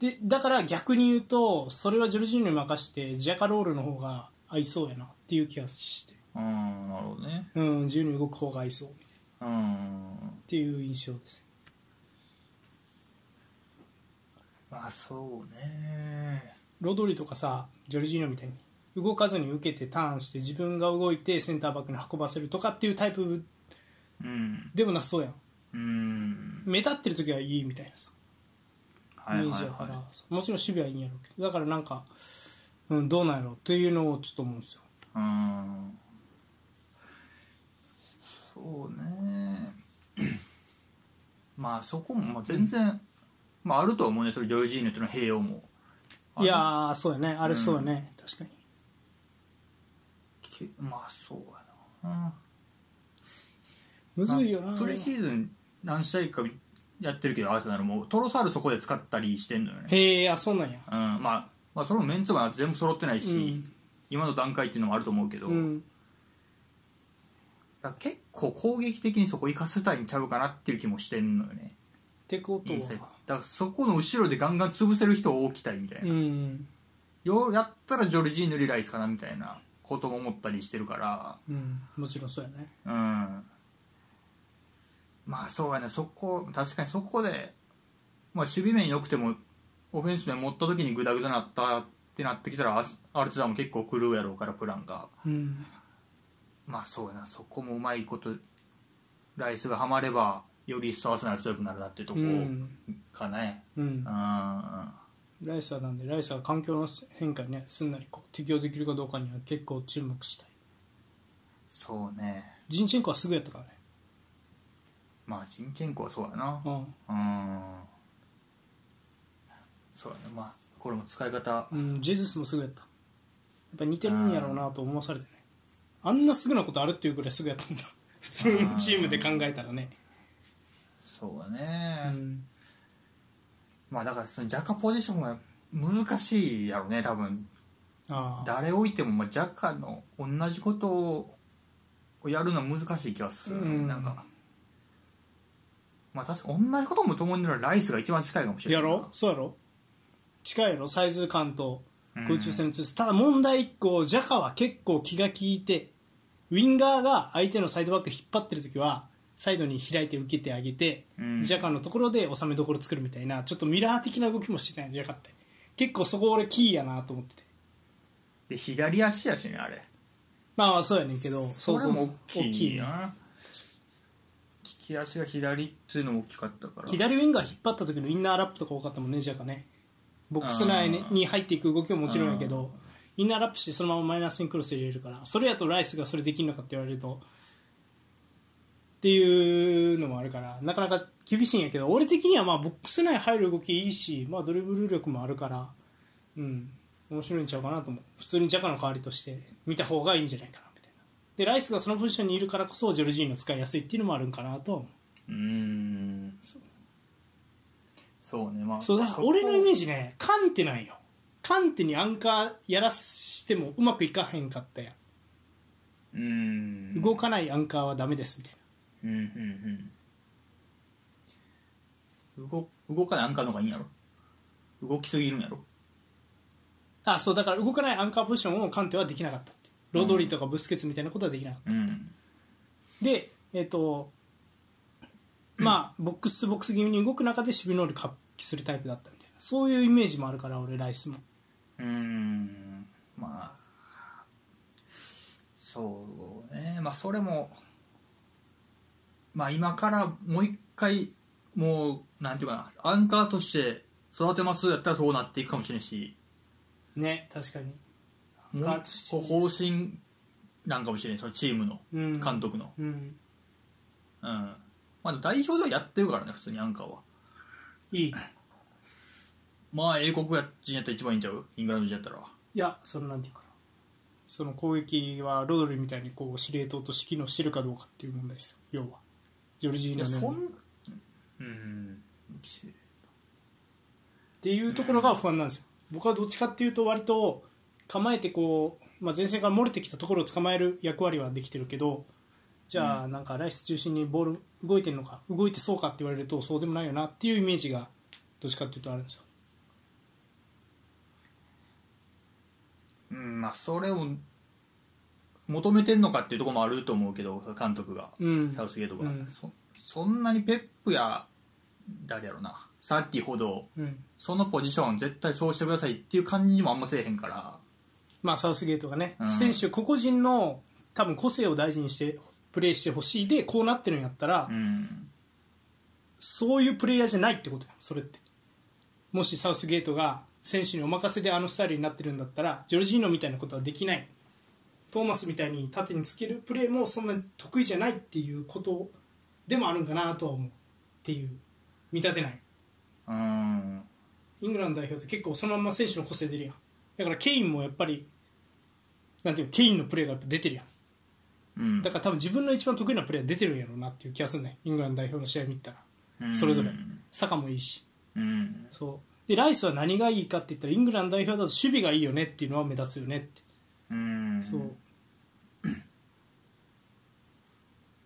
S1: でだから逆に言うとそれはジョルジーニョに任してジャカロールの方が合いそうやなっていう気がして
S2: うんなるほどね
S1: うん自由に動く方が合いそうみたいな
S2: うん
S1: っていう印象です
S2: まあそうね
S1: ロドリとかさジョルジーノみたいに動かずに受けてターンして自分が動いてセンターバックに運ばせるとかっていうタイプ
S2: うん
S1: でもなさそうやん
S2: うん
S1: 目立ってる時はいいみたいなさイ
S2: は
S1: メ
S2: いは
S1: ー
S2: い
S1: ジやから、
S2: は
S1: もちろん守備はいいんやろうけどだからなんか、うん、どうなんやろうっていうのをちょっと思うんですよ
S2: いうんそうねまあそこもまあ全然、まああるとは思うねそれジョルジーニョとの併用も
S1: いやーそうやねあれそうやね、確かに
S2: けまあそうやな
S1: むずいよ
S2: ま
S1: な
S2: あプレシーズン何試合かやってるけどアーセナルもトロサールそこで使ったりしてんのよね、
S1: へえあそうなんや
S2: うんまあ、まあそれもメンツが全部揃ってないし、
S1: うん
S2: 今の段階っていうのもあると思うけど、
S1: うん
S2: だから結構攻撃的にそこ生かせたいんちゃうかなっていう気もしてんのよね
S1: ってこと
S2: インサイド
S1: は
S2: だからそこの後ろでガンガン潰せる人を置きたいみたいな、
S1: うん
S2: ようやったらジョルジーヌリライスかなみたいなことも思ったりしてるから
S1: うんもちろんそうやね
S2: うんまあそうやねそこ確かにそこで、まあ、守備面良くてもオフェンス面持った時にグダグダなったってなってきたらアスアルテタも結構狂うやろうからプランが
S1: うん
S2: まあそうやなそこもうまいことライスがはまればより一層アーセナル強くなるなっていうとこ
S1: うん
S2: かね
S1: うん
S2: うんう
S1: ライサーなんでライサーは環境の変化にねすんなりこう適応できるかどうかには結構注目したい
S2: んそうね
S1: ジンチェンコはすぐやったからね
S2: まあジンチェンコはそうやな
S1: うん
S2: うんそうやなまあこれも使い方
S1: うん、ジェズスもすぐやったやっぱ似てるんやろうなと思わされてねあんなすぐなことあるっていうぐらいすぐやったんだ普通のチームで考えたらね
S2: そうだ
S1: う
S2: ね、
S1: ん
S2: まあだからそのジャカポジションが難しいやろね多分
S1: ああ
S2: 誰置いてもまあジャカの同じことをやるのは難しい気がする、
S1: うん
S2: なんかまあ確か同じことも共になるライスが一番近いかもしれ
S1: や
S2: ないな
S1: ろそうやろ近いやろサイズ感と
S2: うん
S1: 空中戦の強さただ問題1個ジャカは結構気が利いてウィンガーが相手のサイドバック引っ張ってる時はサイドに開いて受けてあげて、
S2: うん
S1: ジャカのところで収めどころ作るみたいなちょっとミラー的な動きもしてないジャカって結構そこ俺キーやなと思ってて
S2: で左足やしねあれ
S1: まあまあそうやねんけどそうそうそう
S2: それも大きい
S1: ね
S2: な利き足が左っていうのも大きかったから
S1: 左ウィンガー引っ張った時のインナーラップとか多かったもんねジャカねボックス内に
S2: うん
S1: に入っていく動きももちろんやけどインナーラップしてそのままマイナスにクロス入れるからそれやとライスがそれできるのかって言われるとっていうのもあるからなかなか厳しいんやけど俺的にはまあボックス内入る動きいいし、まあ、ドリブル力もあるからうん面白いんちゃうかなと思う普通にジャカの代わりとして見た方がいいんじゃないかなみたいなでライスがそのポジションにいるからこそジョルジーノ使いやすいっていうのもあるんかなとは思う
S2: うーんそうねまあ
S1: そうだから
S2: こ
S1: 俺のイメージねカンテなんよカンテにアンカーやらしてもうまくいかへんかったや
S2: うーん
S1: ん動かないアンカーはダメですみたい
S2: うんうんうん動動かないアンカーの方がいいんやろ動きすぎるんやろ
S1: なあそうだから動かないアンカーポジションをカンテはできなかったってロドリとかブスケツみたいなことはできなかっ
S2: うん
S1: たでえっ、とまあボックスとボックス気味に動く中で守備能力発揮するタイプだったみたいなそういうイメージもあるから俺ライスも
S2: うーんまあそうねまあそれもまあ今からもう一回もうなんていうかなアンカーとして育てますやったらそうなっていくかもしれんし
S1: ね確かに
S2: もう
S1: ガーッと
S2: 一個方針なんかもしれないそのチームの
S1: うん
S2: 監督の、
S1: うん
S2: うんまあ、でも代表ではやってるからね普通にアンカーはい
S1: いい
S2: まあ英国や人やったら一番いいんちゃうイングランド人やったら
S1: いやそのなんていうかなその攻撃はロドリみたいにこう司令塔として機能してるかどうかっていう問題ですよ要はジョルジー
S2: いや
S1: ナのように
S2: そんうんち
S1: っていうところが不安なんですよ僕はどっちかっていうと割と構えてこう、まあ、前線から漏れてきたところを捕まえる役割はできてるけどじゃあなんかライス中心にボール動いてるのか動いてそうかって言われるとそうでもないよなっていうイメージがどっちかっていうとあるんですよ
S2: うんまあそれを求めてんのかっていうところもあると思うけど監督が
S1: うん
S2: サウスゲートが、
S1: うん
S2: そそんなにペップや誰やろなさっきほど
S1: うん
S2: そのポジション絶対そうしてくださいっていう感じにもあんませえへんから
S1: まあサウスゲートがね、
S2: うん
S1: 選手個々人の多分個性を大事にしてプレーしてほしいでこうなってるんやったら、
S2: うん
S1: そういうプレイヤーじゃないってことやんそれってもしサウスゲートが選手にお任せであのスタイルになってるんだったらジョルジーノみたいなことはできないトーマスみたいに縦につけるプレーもそんなに得意じゃないっていうことでもあるんかなとは思うっていう見立てない
S2: うん
S1: イングランド代表って結構そのまんま選手の個性出るやんだからケインもやっぱりなんていうのケインのプレーがやっぱ出てるやん
S2: うん
S1: だから多分自分の一番得意なプレーは出てるんやろうなっていう気がするねイングランド代表の試合見たら
S2: うん
S1: それぞれサカもいいし
S2: うん
S1: そうでライスは何がいいかって言ったらイングランド代表だと守備がいいよねっていうのは目立つよねって、
S2: うん
S1: そう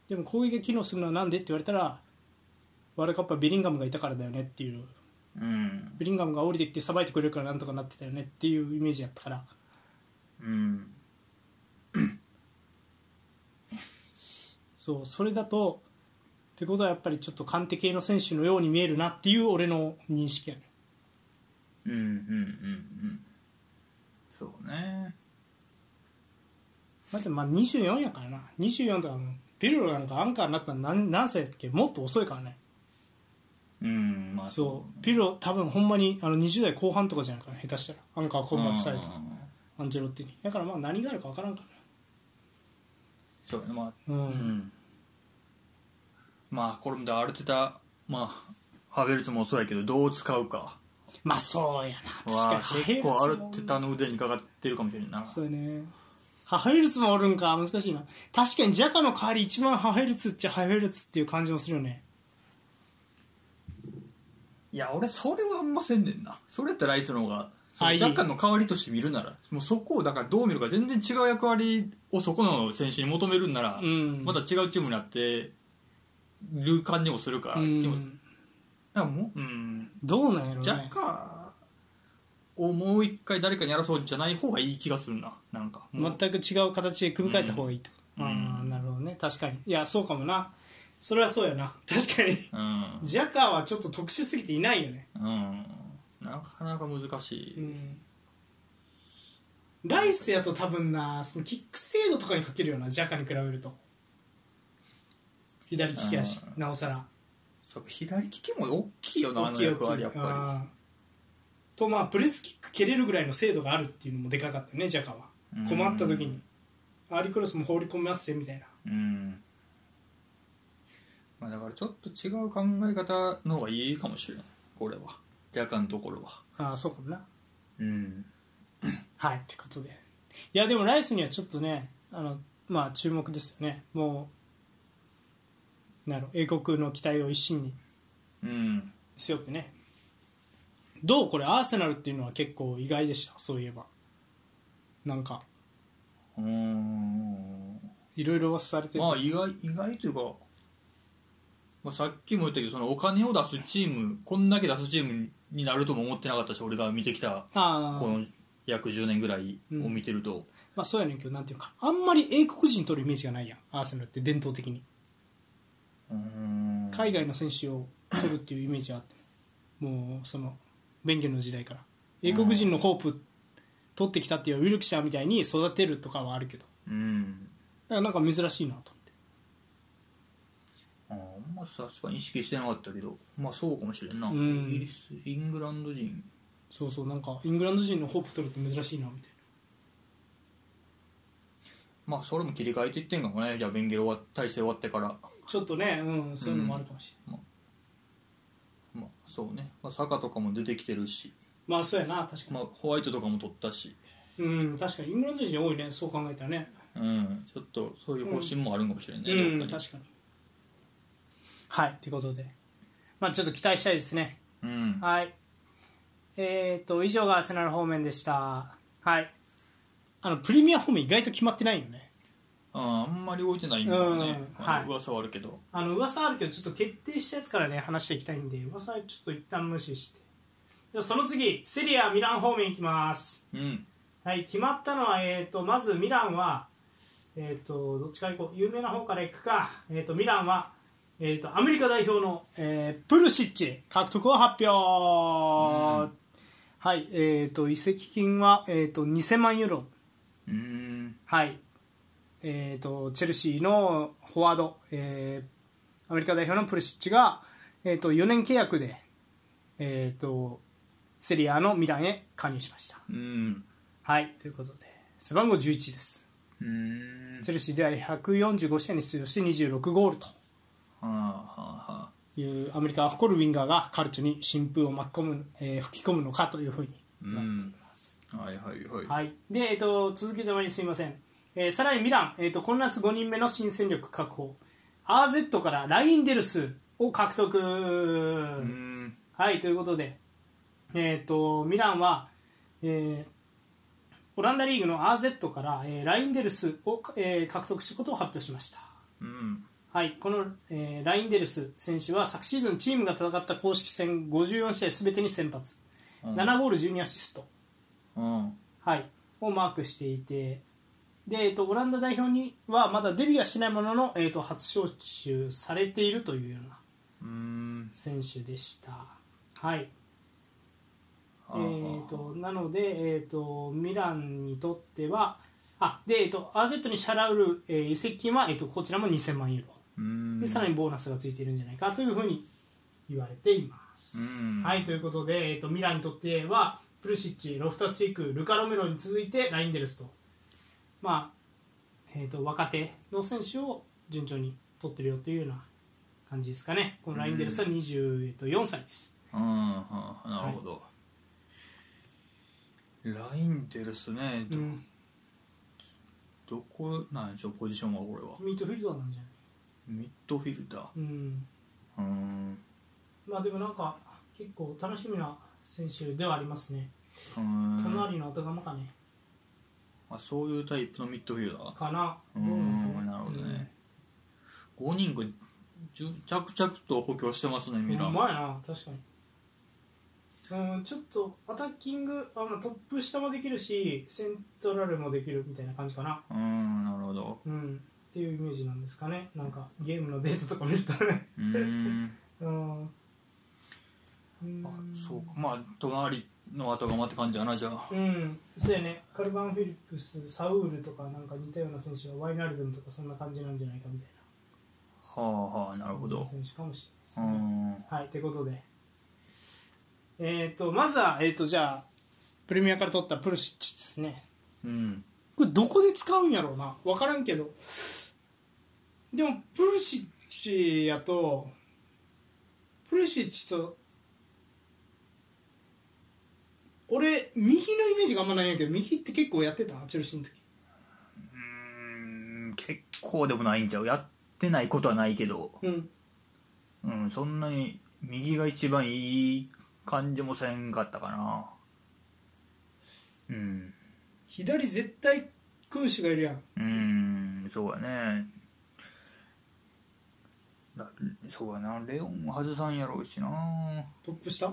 S1: でも攻撃が機能するのはなんでって言われたらワールドカップはベリンガムがいたからだよねっていう
S2: うん
S1: ベリンガムが降りてきてさばいてくれるからなんとかなってたよねっていうイメージやったから
S2: うん
S1: そうそれだとってことはやっぱりちょっとカンテ系の選手のように見えるなっていう俺の認識やね
S2: うんうんうんうんそうね
S1: だってまあ24やからな24とかもうピルロなんかアンカーになったの何何歳だっけもっと遅いからね
S2: うんまあ
S1: そうピルロ多分ほんまにあの20代後半とかじゃないかな下手したらアンカーコンバットされた
S2: うん
S1: アンジェロッティにだからまあ何があるか分からんか
S2: そうやねまあ
S1: らうん、
S2: うんまあこれもでアルテタまあハベルツもそうやけどどう使うか
S1: まあそうやな
S2: は
S1: 確かに
S2: 結構アル
S1: ハヘルツ
S2: テ
S1: も
S2: タの腕にかかってるかもしれんないな
S1: そうやねハヘルツもおるんか難しいな確かにジャカの代わり一番ハヘルツっちゃハヘルツっていう感じもするよね
S2: いや俺それはあんませんねんなそれやったらライスの方が
S1: あいい
S2: 若干の代わりとして見るならもうそこをだからどう見るか全然違う役割をそこの選手に求めるんなら、
S1: うん
S2: また違うチームになってる感じもするから、
S1: う
S2: でも
S1: ん
S2: なんかもう、うん、
S1: どうなんやろう
S2: ジャ
S1: ね
S2: ッカーをもう一回誰かにやらそうじゃない方がいい気がするななんかもう
S1: 全く違う形で組み替えた方がいいと、
S2: うん
S1: ああなるほどね確かにいやそうかもなそれはそうやな確かに
S2: うん
S1: ジャカはちょっと特殊すぎていないよね
S2: うんなかなか難し
S1: う
S2: い、
S1: んライスやと多分なそのキック精度とかにかけるようなジャカに比べると左利きやし
S2: う
S1: なおさら
S2: そう左利きも大きいよなあ
S1: 大
S2: の
S1: きい大
S2: 役
S1: きい
S2: 割やっぱ
S1: うんとまあプレスキック蹴れるぐらいの精度があるっていうのもでかかったよねジャカは
S2: うん
S1: 困った時にアーリークロスも放り込みますよみたいな
S2: りうん、まあ、だからちょっと違う考え方の方がいいかもしれないこれは若干のところは
S1: ああそうかもな
S2: うん
S1: はいってことでいやでもライスにはちょっとねあのまあ注目ですよねもうなる英国の期待を一身に
S2: うん
S1: 背負ってねどうこれアーセナルっていうのは結構意外でしたそういえばなんか
S2: うーん
S1: いろいろ噂されてて、
S2: まあ意外意外というか、まあ、さっきも言ったけどそのお金を出すチームこんだけ出すチームになるとも思ってなかったし俺が見てきた
S1: あー
S2: この約10年ぐらいを見てると、
S1: まあそうやねんけどなんていうかあんまり英国人取るイメージがないやんアーセナルって伝統的に
S2: うん
S1: 海外の選手を取るっていうイメージがあってもうそのベンゲルの時代から英国人のホープ取ってきたっていうウィルクシャーみたいに育てるとかはあるけど
S2: うん
S1: だからなんか珍しいなと思って
S2: あーあんま確かに意識してなかったけどまあそうかもしれんな、
S1: うん
S2: イギリスイングランド人
S1: そうそうなんかイングランド人のホープ取るって珍しいなみたいな
S2: まあそれも切り替えていってんかもねじゃあベンゲル終わ体制終わってから
S1: ちょっとね、うん、そういうのもあるかもしれない、
S2: まあそうね、まあ、坂とかも出てきてるし、
S1: まあそうやな確かに、
S2: まあ、ホワイトとかも取ったし
S1: うん確かにイングランド人多いねそう考えたらね
S2: うんちょっとそういう方針もあるんかもしれないね、
S1: うん
S2: どっかに
S1: 確かにはいということでまあちょっと期待したいですね
S2: うん
S1: はいえっ、ー、と以上がアーセナル方面でしたはいあのプレミア方面意外と決まってないよね
S2: あーあんまり動いてないんだ
S1: う
S2: よね、
S1: ん
S2: あの
S1: はい
S2: 噂はあるけど、
S1: あの噂あるけどちょっと決定したやつからね話していきたいんで噂はちょっと一旦無視してじゃあその次セリアミラン方面いきます
S2: うん
S1: はい、決まったのは、えー、とまずミランは、えー、とどっちから行こう有名な方から行くか、えー、とミランは、えー、とアメリカ代表の、えープルシッチ獲得を発表、はいえー、と移籍金は、えー、と2000万ユーロ、
S2: うーん
S1: はいえー、とチェルシーのフォワード、えーアメリカ代表のプルシッチが、えー、と4年契約で、えー、とセリアのミランへ加入しました。
S2: うん
S1: はい、ということで背番号11です、
S2: うーん
S1: チェルシーでは145試合に出場して26ゴールと
S2: はあはあはあ
S1: いうアメリカが誇るウィンガーがカルチョに新風を巻き込む、えー吹き込むのかというふうに
S2: うんはいはいはい、
S1: はいで、えー、と続けざまにすいません、えーさらにミラン、えー、とこの夏5人目の新戦力確保 RZ からラインデルスを獲得、
S2: うーん
S1: はい、ということで、えー、とミランは、えーオランダリーグの RZ から、えーラインデルスを、えー獲得したことを発表しました、
S2: うん
S1: はい、この、えーラインデルス選手は昨シーズンチームが戦った公式戦54試合すべてに先発、
S2: うん
S1: 7ゴール12アシスト、
S2: うん
S1: はい、をマークしていてで、えー、とオランダ代表にはまだデビューはしないものの、えー、と初招集されているというような
S2: うーん
S1: 選手でした。はい
S2: は
S1: え
S2: あはあ
S1: ー、となので、えー、とミランにとってはあで、えー、と RZ に支払う、えー移籍金は、えー、とこちらも2000万ユーロ
S2: うーん
S1: でさらにボーナスがついているんじゃないかというふうに言われています。
S2: うん
S1: はいということで、えー、とミランにとってはプルシッチ、ロフタチーク、ルカ・ロメロに続いてラインデルスと,、まあえー、と若手の選手を順調に取ってるよというような感じですかね。このラインデルスは24歳です。
S2: うんはあなるほど、ラインデルスねど,、
S1: うん
S2: どこなんでしょうポジションはこれは
S1: ミートフィルダーなんじゃない
S2: ミッドフィルダー
S1: うん
S2: うーん
S1: まあでもなんか結構楽しみな選手ではありますね。
S2: うーん
S1: 隣の後釜かね。
S2: あそういうタイプのミッドフィルダー
S1: かな。
S2: うーんなるほどね、5人がじゅ着々と補強してますね
S1: うん。
S2: ミラ
S1: う
S2: ン
S1: まいな確かに。うんちょっとアタッキングあまあトップ下もできるしセントラルもできるみたいな感じかな。
S2: うーんなるほど
S1: うんっていうイメージなんですかね。なんかゲームのデータとか見るとね。
S2: うーん
S1: うん。うん
S2: あそうかまあ隣の後釜って感じやなじゃあ
S1: うん、そうやね、カルバン・フィリップス、サウールとかなんか似たような選手はワイナルドムとかそんな感じなんじゃないかみたい
S2: はあはあなるほ
S1: な
S2: ど
S1: 選手かもし
S2: う
S1: れ
S2: ー
S1: ないですね。
S2: ん
S1: はい、ということで、えー、とまずは、えー、とじゃあプレミアから取ったプルシッチですね。
S2: うん
S1: これどこで使うんやろうな、分からんけど、でもプルシッチやと、プルシッチと、俺、右のイメージがあんまないんやけど、右って結構やってた、チェルシーの時
S2: うーん結構でもないんちゃうやってないことはないけど、
S1: うん、
S2: うん、そんなに右が一番いい感じもせんかったかなうん
S1: 左絶対君主がいるやん
S2: うーんそうやねだそうやなレオンは外さんやろうしな
S1: トップ下
S2: い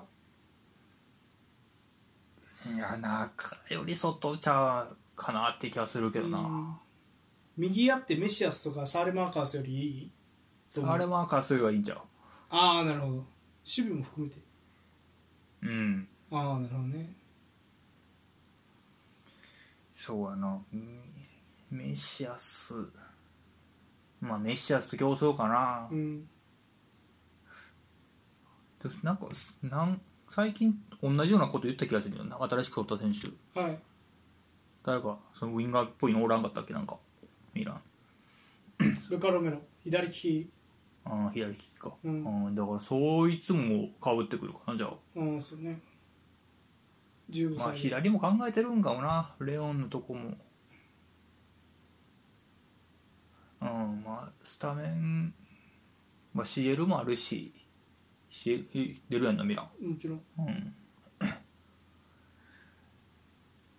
S2: や中より外ちゃうかなって気がするけどな
S1: 右やってメシアスとかサーレマーカースよりいいと思う
S2: あれはカスがいいんちゃ
S1: ああなるほど守備も含めて
S2: ううん
S1: ああなるほどね
S2: そうやなメメシアスまあメシアスと競争かな
S1: うん
S2: なんかなん最近同じようなこと言った気がするよな新しく取った選手
S1: はい
S2: 誰かそのウィンガーっぽいのおらんかったっけなんかミラン
S1: ルカ・ロメロ左利き、
S2: あー左利きか、
S1: うん
S2: あーだからそいつもかぶってくるかなじゃあ
S1: うん、そうね15
S2: まあ、
S1: 歳、
S2: 左も考えてるんかもなレオンのとこもうんまあスタメン、まあ、CL もあるし CL 出るやんなミラン
S1: もちろん
S2: うん、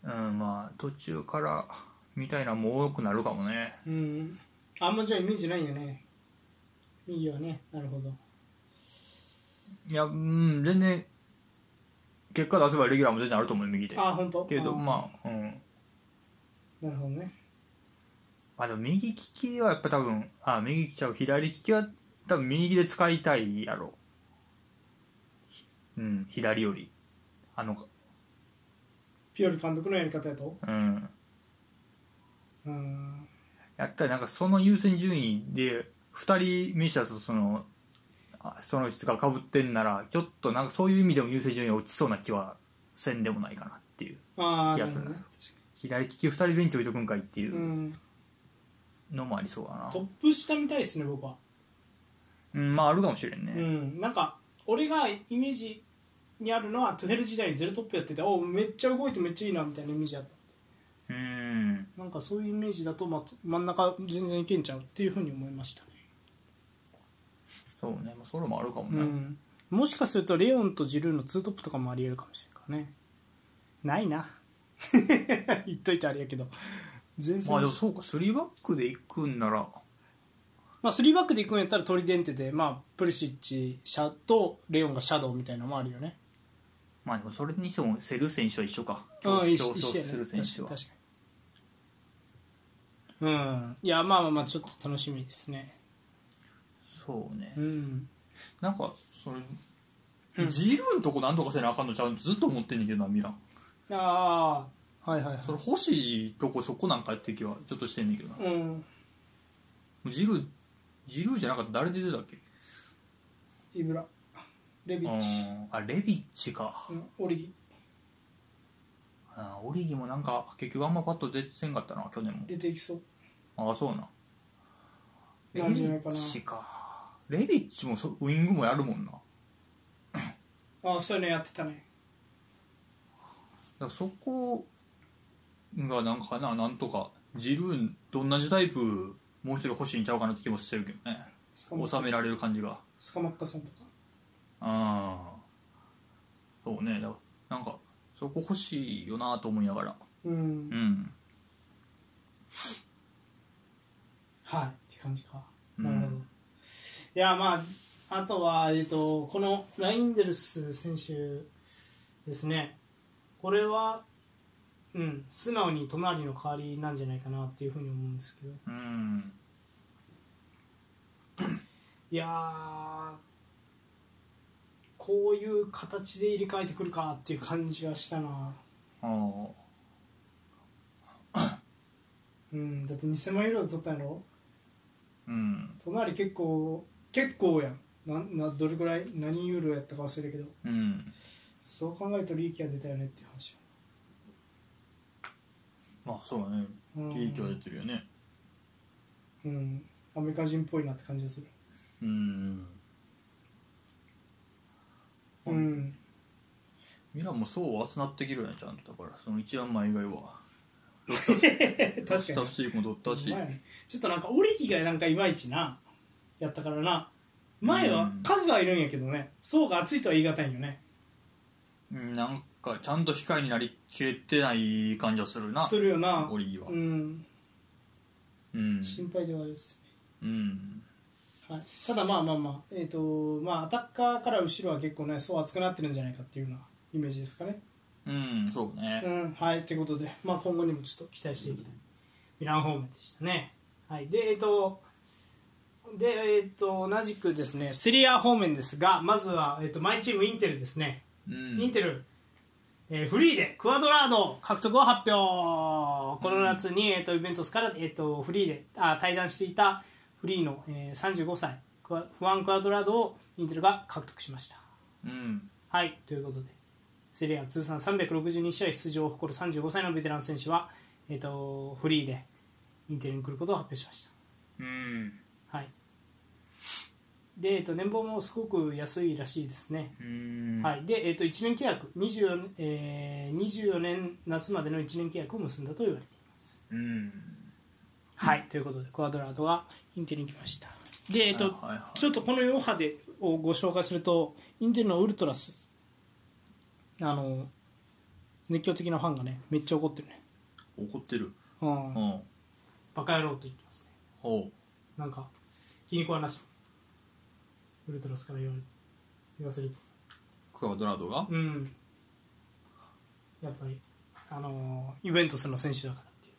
S2: うん、まあ途中からみたいなのも多くなるかもね
S1: うんあんまじゃあイメージないよねいいよねなるほど
S2: いやうん全然結果出せばレギュラーも全然あると思う右で
S1: あ本当
S2: けど
S1: あー
S2: まあうん
S1: なるほどね
S2: あでも右利きはやっぱ多分あ右利きちゃう左利きは多分右で使いたいやろうん左よりあの
S1: ピオリ監督のやり方やと
S2: うん
S1: うん
S2: やったらなんかその優先順位で2人ミシャとそのあその質がかぶってんならちょっとなんかそういう意味でも優先順位落ちそうな気はせんでもないかなっていう
S1: ああ
S2: 気
S1: な
S2: が
S1: る
S2: す
S1: ほ
S2: る
S1: どね
S2: 左利き2人勉強いとくんかいってい
S1: 確かにう
S2: うんのもありそうかな
S1: トップ下みたいですね僕は
S2: うんまああるかもしれんね、
S1: うんなんか俺がイメージにあるのはトゥヘル時代にゼロトップやってておうめっちゃ動いてめっちゃいいなみたいなイメージあった
S2: うん
S1: なんかそういうイメージだと、まあ、真ん中全然いけんちゃうっていうふうに思いましたね、
S2: そうねまあそれもあるかも
S1: う
S2: ね、
S1: ん、もしかするとレオンとジルーのツートップとかもありえるかもしれんからねないな 言っといてあれやけど全然
S2: まあでも
S1: し
S2: そうか3バックで行くんなら
S1: まあ、3バックで行くんやったらトリデンテで、まあ、プルシッチ社とレオンがシャドウみたいなのもあるよね
S2: まあでもそれにしてもセル選手は一緒か
S1: うん一緒
S2: 競
S1: 一緒
S2: 争
S1: やね
S2: す
S1: 確
S2: る
S1: か
S2: 選
S1: に
S2: 手
S1: 確
S2: は
S1: かにうんいやまあまあまあちょっと楽しみですね
S2: そうね
S1: うん
S2: なんかそれ、
S1: うん
S2: ジルーのとこなんとかせなあかんのちゃうんずっと思ってんねんけどなミラン
S1: ああはいはいはい
S2: それ欲しいとこそこなんかやって気はちょっとしてんねんけどなも
S1: うん
S2: うジルージルーじゃなかった誰出てたっけ
S1: イブラレビッチ
S2: うんあレビッチか、
S1: うんオリギ
S2: あオリギもなんか結局あんまパッと出てせんかったな去年も
S1: 出ていきそう
S2: ああそうなレ
S1: なん
S2: ビ
S1: じゃないか
S2: ッ
S1: な
S2: チかレビッチもそウイングもやるもんな
S1: ああそういうのやってたね
S2: だからそこがなんかななんとかジルーンと同じタイプもう一人欲しいんちゃうかなって気もしてるけどね
S1: スカマ
S2: 収められる感じが
S1: スカマッカさんとか
S2: ああそうねだからなんかそこ欲しいよなと思いながら
S1: うん、
S2: うん
S1: はいって感じか、
S2: うん
S1: なるほどいやまああとは、えっと、このラインデルス選手ですねこれはうん素直に隣の代わりなんじゃないかなっていうふうに思うんですけど
S2: うん
S1: いやーこういう形で入れ替えてくるかっていう感じはしたな
S2: ああ
S1: うんだって2000万ユーロで取ったんやろ
S2: うん
S1: 隣結構結構やんなんなどれくらい何ユーロやったか忘れたけど
S2: うん
S1: そう考えると利益が出たよねっていう話
S2: まあそうだね
S1: うん
S2: いい気は出てるよね
S1: うんアメリカ人っぽいなって感じがする
S2: うん
S1: う
S2: うん
S1: ん
S2: ミランもそうは集まってきるよねちゃんとだからその一番前以外は
S1: 確かに
S2: ドッタシーもドッタシ
S1: うまい
S2: ー
S1: ねちょっとなんかオリキがなんかいまいちなやったからな前は数はいるんやけどね層が厚いとは言い難いよね
S2: うんなんかちゃんと控えになりきれてない感じはするな
S1: するよな
S2: オリーは
S1: うん
S2: うん
S1: 心配ではあるです
S2: うん
S1: ね、はい、ただまあまあまあえっ、とまあアタッカーから後ろは結構ね層厚くなってるんじゃないかっていうようなイメージですかね
S2: うんそうね
S1: うん、はい、ってことで、まあ、今後にもちょっと期待していきたい。ミラン方面でしたね。はい、で、えっと、で、えっと、同じくですね、セリア方面ですが、まずは、えっと、マイチームインテルですね。
S2: うん
S1: インテル、えーフリーでクアドラード獲得を発表。この夏に、えっと、イベントスから、えっと、フリーで、あ、対談していたフリーの、えー、35歳、クアフアン・クアドラードをインテルが獲得しました。
S2: うん
S1: はい、ということで、セリア通算362試合出場を誇る35歳のベテラン選手は、えっとフリーでイインテルに来ることを発表しました
S2: うん
S1: はい、で、えっと、年俸もすごく安いらしいですね、
S2: うん
S1: はいでえっと、1年契約 24,、えー、24年夏までの1年契約を結んだと言われています。
S2: うん
S1: はい、ということでクアドラードがインテルに来ましたで、えっと
S2: はいはいはい
S1: ちょっとこの4波でをご紹介するとインテルのウルトラスあの熱狂的なファンがねめっちゃ怒ってるね、
S2: 怒ってる
S1: うん
S2: うん
S1: バカ野郎と言ってますね
S2: ほ
S1: なんか気に食わなしウルトラスから言わ言わせると
S2: うクアドラードが
S1: うんやっぱりあのー、イベントスの選手だからってい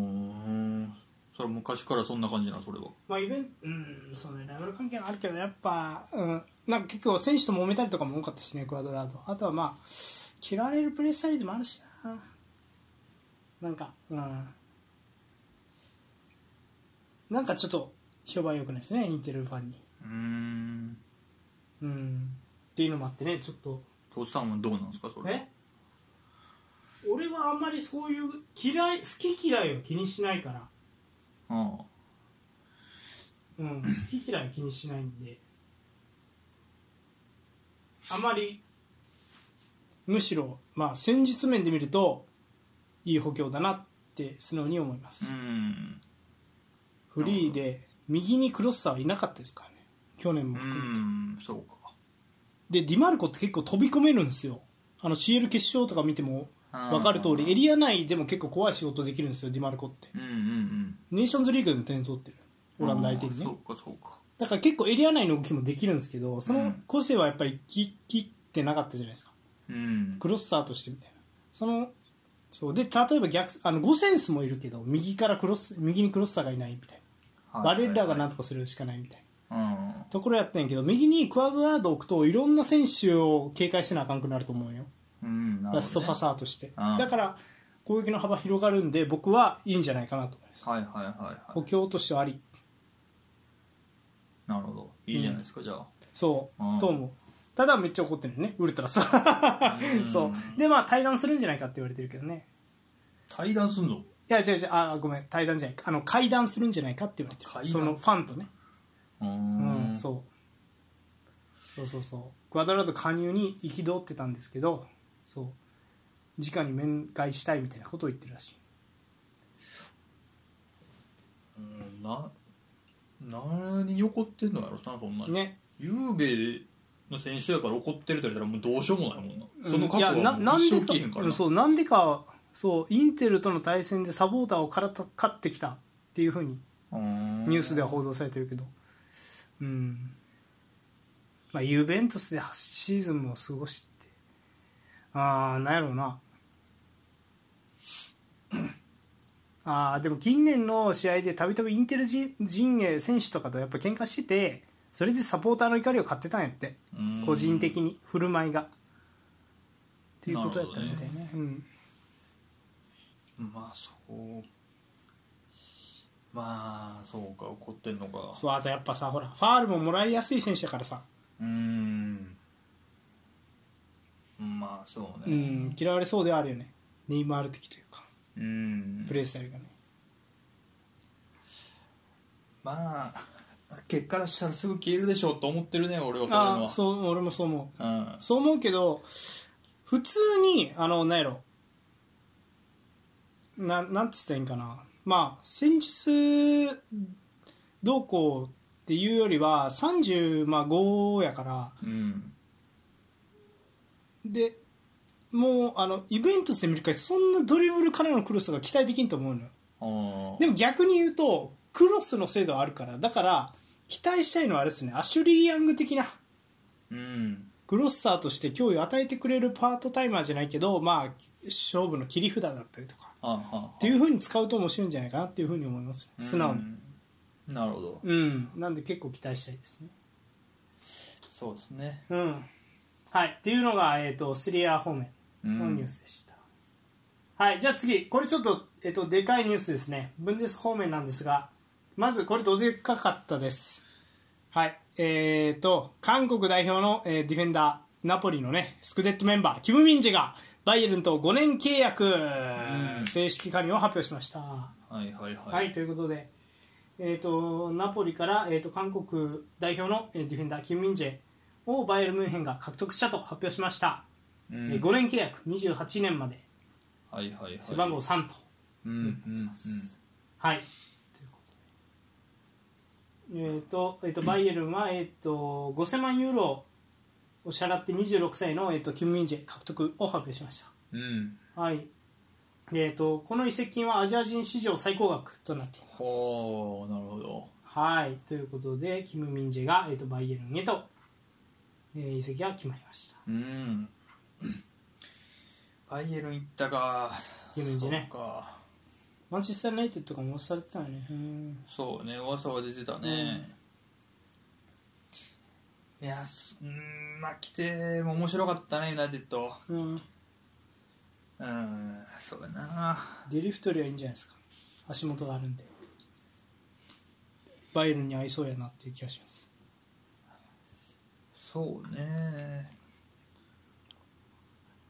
S1: う
S2: うんそれは昔からそんな感じなそれは
S1: まあイベントうんそうねライバル関係もあるけどやっぱうんなんか結構選手と揉めたりとかも多かったしねクアドラードあとはまあ嫌われるプレッシャーでもあるしななんかうんなんかちょっと評判良くないですねインテルファンに
S2: うん
S1: うんっていうのもあってねちょっと
S2: トシさんはどうなんですかそれは
S1: え俺はあんまりそういう嫌い好き嫌いを気にしないから、
S2: うん
S1: うん、好き嫌いを気にしないんであまりむしろ、まあ、戦術面で見るといい補強だなって素直に思います、
S2: うん
S1: フリーで右にクロッサーはいなかったですからね去年も
S2: う
S1: 含めて、
S2: んそうか
S1: でディマルコって結構飛び込めるんですよあの CL 決勝とか見ても
S2: うん
S1: 分かる通りエリア内でも結構怖い仕事できるんですよディマルコって
S2: うんうんうん
S1: ネーションズリーグでも点取ってるオランダ相手に
S2: あー
S1: ね
S2: そうかそうか
S1: だから結構エリア内の動きもできるんですけどそうの
S2: ん
S1: 個性はやっぱりき切ってなかったじゃないですか
S2: うん
S1: クロスサーとしてみたいなそのそうで例えば逆あのゴセンスもいるけど右からクロス右にクロスサーがいないみたいなバレッラがなん
S2: と
S1: とかするしかないみたいな
S2: うん
S1: ところやってんやけど右にクアドラード置くといろんな選手を警戒せなあかんくなると思うよ
S2: うんなるほどね
S1: ラストパサーとして
S2: うん
S1: だから攻撃の幅広がるんで僕はいいんじゃないかなと思います
S2: はいはいはいは
S1: 補強としてはあり
S2: いなるほどいいじゃないですか、じゃあ
S1: そう、
S2: うん
S1: と思うただめっちゃ怒ってるよねウルトラさ
S2: うん
S1: そうでまあ対談するんじゃないかって言われてるけどね
S2: 対談すんの
S1: いや違う違うあごめん対談じゃないあの会談するんじゃないかって言われて
S2: 会
S1: る
S2: 談
S1: そのファンとね、
S2: うー
S1: うん
S2: んう
S1: そうそうそうそうクアドラード加入に憤ってたんですけどそう直に面会したいみたいなことを言ってるらしい
S2: んな何に怒ってんのやろなそんなに
S1: ね
S2: ゆうべの選手やから怒ってると言ったらもうどうしようもないもんな、その
S1: い
S2: 覚
S1: や
S2: 悟
S1: な
S2: はも
S1: な
S2: うん一
S1: で
S2: 生
S1: か
S2: 消えへんから
S1: うん
S2: な
S1: そうなんでかそうインテルとの対戦でサポーターをからた勝ってきたっていうふうに
S2: うーん
S1: ニュースでは報道されてるけど、うんまあ、ユベントスで8シーズンも過ごしてああなんやろうな ああでも近年の試合でたびたびインテル陣陣営選手とかとやっぱ喧嘩しててそれでサポーターの怒りを買ってたんやって
S2: うーん
S1: 個人的に振る舞いがっていうことやったみたいねうん、
S2: まあそうまあそうか怒ってんのか
S1: そうあとやっぱさほらファールももらいやすい選手やからさ、
S2: うーんまあそ
S1: う
S2: うね
S1: ん、嫌われそうではあるよねネイマール的というか
S2: うーん
S1: プレースタイルがね
S2: まあ結果出したらすぐ消えるでしょうと思ってるね俺はこれ
S1: あ
S2: の
S1: あそう俺もそう思う
S2: うん
S1: そう思うけど普通にあのなんやろななんつったらいいんかなまあ戦術どうこうっていうよりは35やから
S2: うん
S1: でもうあのイベントスで見る限りそんなドリブルからのクロスが期待できんと思うのよ
S2: あ
S1: でも逆に言うとクロスの精度はあるからだから期待したいのはあれですねアシュリー・ヤング的な
S2: うん
S1: グロッサーとして脅威を与えてくれるパートタイマーじゃないけど、まあ、勝負の切り札だったりとか
S2: あは
S1: っていうふうに使うと面白いんじゃないかなっていうふうに思います素直に
S2: うんなるほど
S1: うん、なんで結構期待したいですね
S2: そうですね
S1: うんはいっていうのが、えー、とスリア方面のニュースでした、はいじゃあ次これちょっと,、えー、とでかいニュースですねブンデス方面なんですがまずこれどでかかったですはいえー、と韓国代表の、えーディフェンダーナポリのねスクデッドメンバーキム・ミンジェがバイエルンと5年契約、
S2: ん
S1: 正式加入を発表しました。は
S2: はいはい
S1: い、
S2: はい、
S1: ということで、えー、とナポリから、えー、と韓国代表のえーディフェンダー、キム・ミンジェをバイエルン・ムンヘンが獲得したと発表しました。
S2: うん
S1: えー5年契約、28年まで、
S2: はいはいはい
S1: 背番号3と。
S2: うんうんうん
S1: はい。ということで。えっ、と、えっ、と、バイエルンは、えっ、と、5000万ユーロを支払って26歳の、えっ、と、キム・ミンジェ獲得を発表しまし
S2: うん
S1: た。はい。でえっ、と、この移籍金はアジア人史上最高額となっています。
S2: ほうなるほど
S1: はい。ということで、キム・ミンジェが、えっ、と、バイエルンへと、えー移籍が決まりました。
S2: うんバイエルン行ったか
S1: キム・ミンジェね。
S2: そうか
S1: マンチェスター・ユナイテッドとかもされてたよね。うん
S2: そうね噂は出てたね、いやすうんまあ来ても面白かったねユナイテッド
S1: うん。
S2: うんそうやな
S1: デリフトよりはいいんじゃないですか足元があるんでバイエルンに合いそうやなっていう気がします
S2: そうね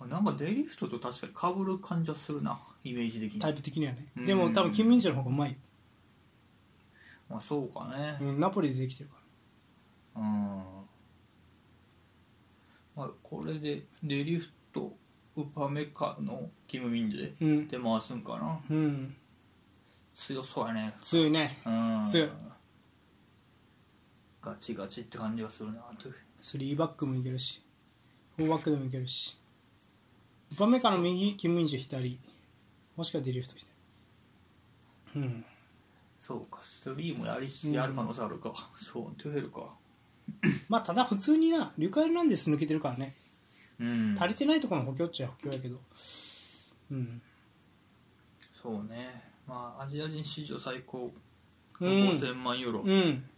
S2: なんかデリフトと確かに被る感じはするなイメージ的に
S1: タイプ的にはね
S2: うん
S1: でも多分キム・ミンジェの方がうまい、
S2: まあそうかね
S1: うん、ナポリでできてるか
S2: うん、まあ、これでデリフトウパメカのキム・ミンジェ
S1: らうん、
S2: で回すんかな
S1: うん、
S2: 強そうやね
S1: 強いね
S2: うん
S1: 強い
S2: ガチガチって感じがするなと
S1: 3バックもいけるし4バックでもいけるしウパメカの右キム・ミンジェ左もしくはデリフト左うん
S2: そうかストリームやりしやる可能性あるか、 そうトゥヘルか
S1: まあただ普通になリュカ・エルナンデス抜けてるからね
S2: うん
S1: 足りてないところの補強っちゃ補強やけどうん
S2: そうねまあアジア人史上最高
S1: うん
S2: 5000万ユーロ、
S1: うん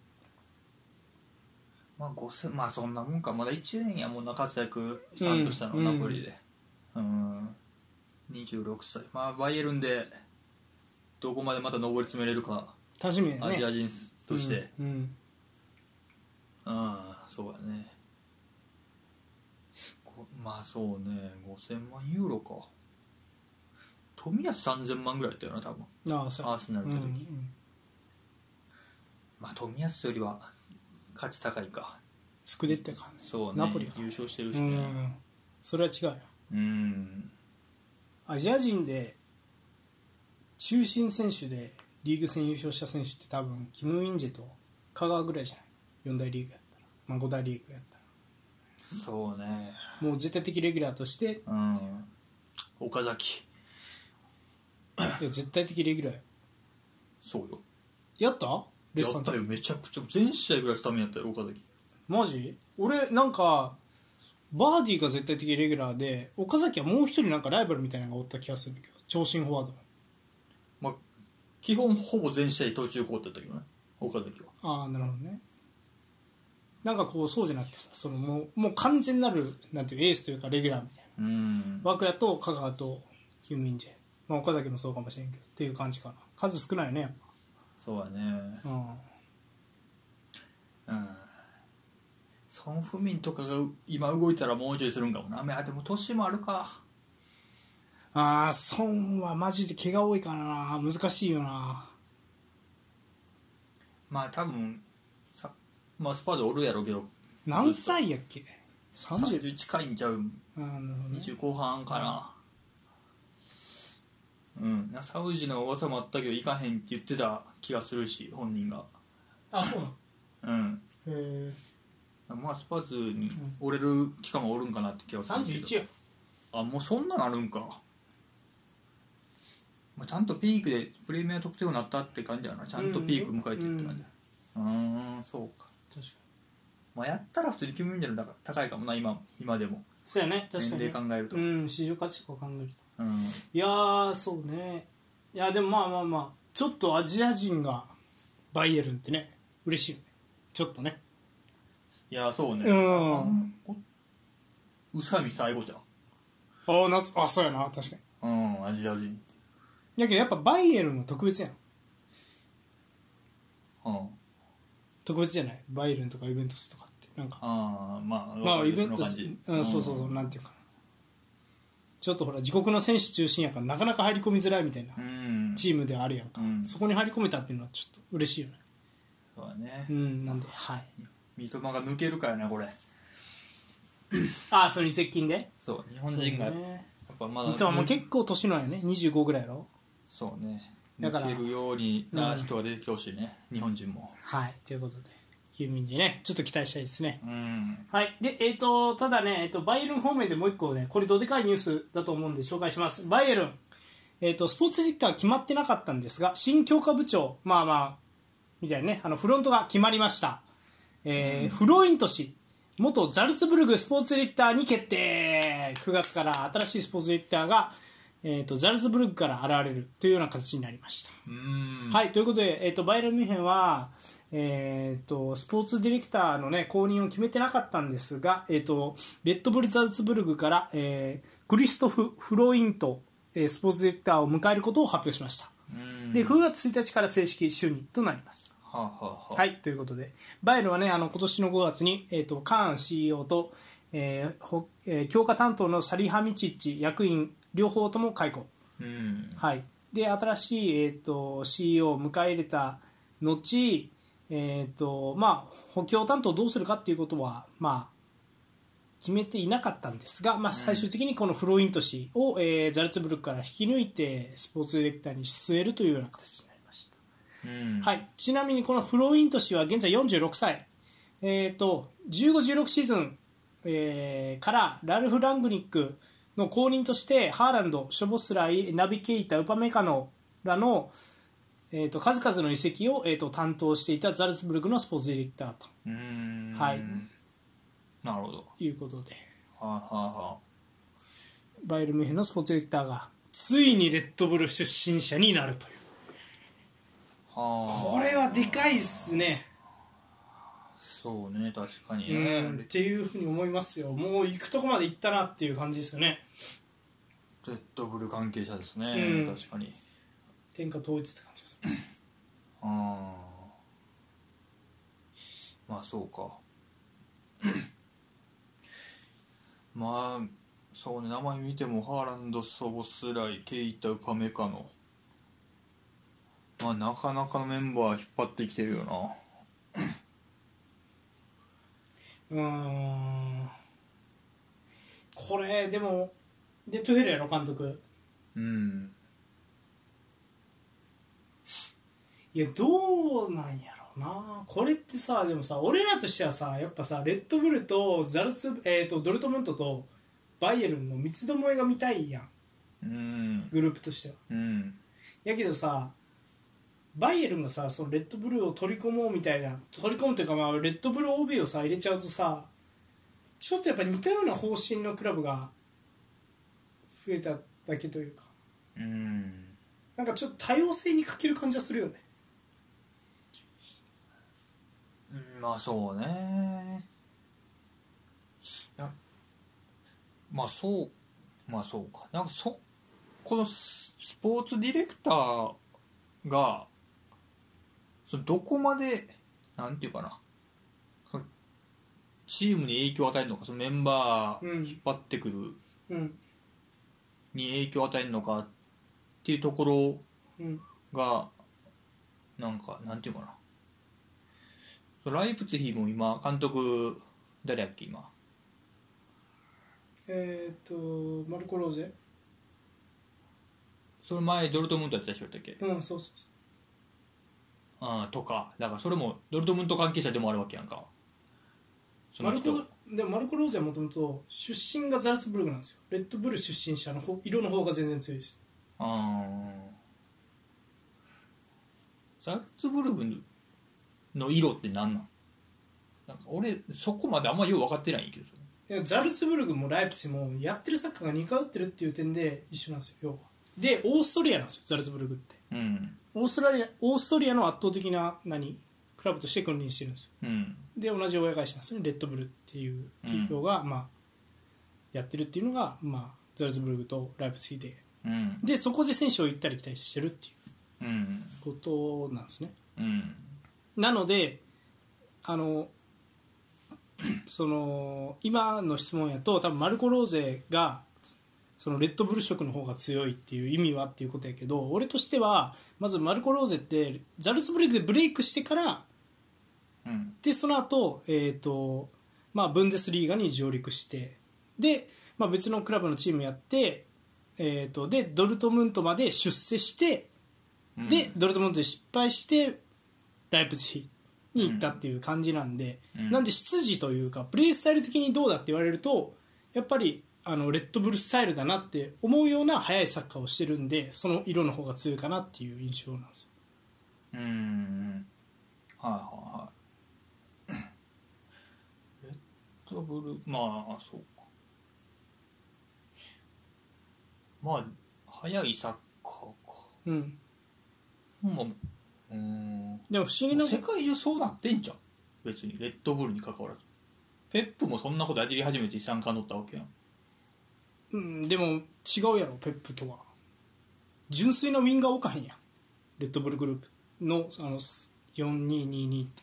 S2: まあ5000まあそんなもんかまだ1年やもんな活躍ちゃんとしたの、
S1: うん
S2: ナポリでうん26歳まあバイエルンでどこまでまた上り詰めれるか、
S1: 楽しみだよね
S2: アジア人として
S1: うんうん
S2: うん、そうだねこまあそうね5000万ユーロか富安3000万ぐらいだったよな多分
S1: ああそう
S2: アーセナル
S1: う
S2: っ
S1: ん
S2: て
S1: う
S2: 時、
S1: ん、
S2: まあ富安よりは価値高いか
S1: スクデッタか、
S2: そうね
S1: ナポリか
S2: 優勝してるし
S1: う
S2: ね
S1: んそれは違うよ
S2: うん
S1: アジア人で中心選手でリーグ戦優勝した選手って多分キム・インジェと香川ぐらいじゃない4大リーグやったら、まあ、5大リーグやった
S2: そうね
S1: らもう絶対的レギュラーとして
S2: うん岡崎
S1: いや絶対的レギュラーよ
S2: そうよ
S1: やったレ
S2: や
S1: ッサ
S2: っ
S1: ン
S2: たよめちゃくちゃ全試合ぐらいスタメンやったよ岡崎
S1: マジ俺なんかバーディーが絶対的レギュラーで岡崎はもう一人なんかライバルみたいなのがおった気がするんだけど長身フォワードの
S2: まあ基本ほぼ全試合途中交代だったけどね岡崎は
S1: ああなるほどねなんかこうそうじゃなくてさそのもうもう完全なるなんていうエースというかレギュラーみたいな
S2: うん
S1: 涌谷と香川とキム・ミンジェ、まあ、岡崎もそうかもしれんけどっていう感じかな数少ないよねやっ
S2: そうやね
S1: ぱ、うん、
S2: うんソン・フミンとかが今動いたらもうちょいするんかもなまあでも年もあるか
S1: ああ孫はマジで毛が多いからな難しいよな
S2: まあ多分さまあスパーズおるやろうけど
S1: 何歳やっけ 30?
S2: 30近いんちゃう
S1: あーなるほどね
S2: 20後半かなうんなサウジの噂もあったけど行かへんって言ってた気がするし本人が
S1: あそうなの
S2: うん
S1: へえ
S2: まあスパーズに折れる期間もおるんかなって気がするけど
S1: 31や
S2: あもうそんなんあるんか、まあ、ちゃんとピークでプレミア得点をなったって感じだなちゃんとピーク迎えてるって感じうーんそうか、
S1: 確かに
S2: まあ、やったら普通にキム・ミンジェルだから高いかもな今今でも
S1: そうやね確
S2: 年
S1: かにね
S2: 齢考えると、
S1: うん市場価値とか考えると
S2: うん
S1: いやーそうねいやでもまあまあまあちょっとアジア人がバイエルンってね嬉しいよねちょっとね
S2: いやそうね
S1: うん
S2: お宇佐美最後じ
S1: ああ夏あそうやな確かに
S2: ゃんうんアジア人
S1: だけどやっぱバイエルンは特別やん
S2: うん
S1: 特別じゃないバイエルンとかイベントスとかってなんか
S2: ああまあ
S1: まあイベン
S2: の
S1: ト
S2: 感
S1: ス
S2: じ
S1: うんそうそうそうなんていうかなちょっとほら自国の選手中心やからなかなか入り込みづらいみたいな
S2: うん
S1: チームではあるやんか、
S2: うん
S1: そこに入り込めたっていうのはちょっと嬉しいよね
S2: そうだね
S1: うんなんではい
S2: 三笘が抜けるからなこれ
S1: ああその移籍金で
S2: そう日本人が
S1: そう
S2: や
S1: ね
S2: っぱまだ
S1: 三笘も結構年なんよね25ぐらいやろ
S2: そうね
S1: だから
S2: 抜けるようにな人が出てきてほしいね、日本人も
S1: はいということで休眠にねちょっと期待したいですね
S2: うん
S1: はい、でえー、とただね、えーと、バイエルン方面でもう一個ね、これ、どでかいニュースだと思うんで、紹介します、バイエルン、えーと、スポーツディレクターは決まってなかったんですが、新強化部長、まあまあ、みたいなね、あのフロントが決まりました、えーフロイント氏、元ザルツブルグスポーツディレクターに決定、9月から新しいスポーツディレクターが、えー、とザルツブルグから現れるというような形になりました。
S2: うん
S1: はい、ということで、えー、とバイエルンミュンヘンは、えー、とスポーツディレクターの、ね、後任を決めてなかったんですが、えー、とレッドブル・ザルツブルグから、えークリストフ・フロイント、えースポーツディレクターを迎えることを発表しました、
S2: うん
S1: で9月1日から正式就任となります
S2: はあ、はあはあ、
S1: はい、ということで、バイエルンはね、あの今年の5月に、えー、とカーン CEO と、えーほえー強化担当のサリハミチッチ役員、両方とも解雇。
S2: うん
S1: はい、で新しい、えー、と CEO を迎え入れた後、えーとまあ、補強担当どうするかっていうことは、まあ、決めていなかったんですが、まあ、最終的にこのフロイント氏を、えーザルツブルクから引き抜いてスポーツディレクターに据えるというような形になりました。
S2: うん
S1: はい、ちなみにこのフロイント氏は現在46歳、えー、と15、16シーズン、えーからラルフ・ラングニックの後任としてハーランド、ショボスライ、ナビケイタ、ウパメカノらの、えー、と数々の移籍を、えー、と担当していたザルツブルクのスポーツディレクターと
S2: うん
S1: はい
S2: なるほど
S1: いうことで
S2: はあ、はあはあ、
S1: バイエルン・ミュンヘンのスポーツディレクターがついにレッドブル出身者になるという
S2: はあ、
S1: これはでかいですね。
S2: そうね確かにね、
S1: うんっていうふうに思いますよ、もう行くとこまで行ったなっていう感じですよね。
S2: レッドブル関係者ですね、
S1: うん
S2: 確かに
S1: 天下統一って感じです
S2: あーまあそうか まあそうね名前見てもハーランド・ソボスライケイタ・ウパメカノまあなかなかのメンバー引っ張ってきてるよな
S1: うーんこれでもでトゥヘルやろ監督
S2: うん
S1: いやどうなんやろうなこれってさでもさ俺らとしてはさやっぱさレッドブルとザルツ、えー、とドルトムントとバイエルンの三つどもえが見たいやん
S2: うん
S1: グループとしては
S2: うん
S1: やけどさバイエルンがさそのレッドブルーを取り込もうみたいな取り込むというか、まあ、レッドブルー OB をさ入れちゃうとさちょっとやっぱ似たような方針のクラブが増えただけというか
S2: うん
S1: なんかちょっと多様性に欠ける感じはするよね
S2: うんまあそうねいやまあそうまあそうかなんかそこのススポーツディレクターがそのどこまでなんていうかなそのチームに影響を与えるのかそのメンバ
S1: うん
S2: ー引っ張ってくる
S1: うん
S2: に影響を与えるのかっていうところ
S1: うん
S2: がなんかなんていうかなそうライプツィヒも今監督誰やっけ今
S1: えっ、とマルコ・ローゼ
S2: その前ドルトムントやってた人やったっけ
S1: うんそうそうそ
S2: うんとかだからそれもドルトムント関係者でもあるわけやんかそう
S1: マ
S2: の
S1: ル
S2: 人
S1: コでもマルコ・ローゼはもともと出身がザルツブルクなんですよレッドブル出身者の方色の方が全然強いです
S2: うんザルツブルグの色って何なんなんか俺そこまであんまよう分かってないんやけど
S1: でザルツブルグもライプスもやってるサッカーが似通ってるっていう点で一緒なんですよ要はでオーストリアなんですよザルツブルグって
S2: うん
S1: オーストラリアオーストリアの圧倒的な何クラブとして君臨してるんですよ
S2: うん
S1: で同じ親会社なんですねレッドブルっていう企業が、まあ、やってるっていうのが、まあ、ザルツブルグとライプスヒで
S2: うん
S1: でそこで選手を行ったり来たりしてるっていう
S2: うん
S1: ことなんですね
S2: うん
S1: なのであのその今の質問やと多分マルコ・ローゼがそのレッドブル色の方が強いっていう意味はっていうことやけど俺としてはまずマルコ・ローゼってザルツブレイクでブレイクしてから
S2: うん
S1: でその後、えーとまあブンデスリーガに上陸してで、まあ、別のクラブのチームやって、えー、とでドルトムントまで出世して
S2: うん
S1: で、ドルトムントで失敗してライプツィヒに行ったっていう感じなんで、
S2: うん
S1: なんで執事というかプレースタイル的にどうだって言われるとやっぱりあのレッドブルスタイルだなって思うような速いサッカーをしてるんでその色の方が強いかなっていう印象なんですよ
S2: うんうんはいはいはいレッドブルまあそうかまあ速いサッカーか
S1: うん、
S2: まあうん
S1: でも不思議な
S2: 世界中そうなってんじゃん別にレッドブルに関わらずペップもそんなことやり始めて参加乗ったわけやん
S1: うん、でも違うやろペップとは純粋なウィンガー置かへんやんレッドブルグループのあの4222って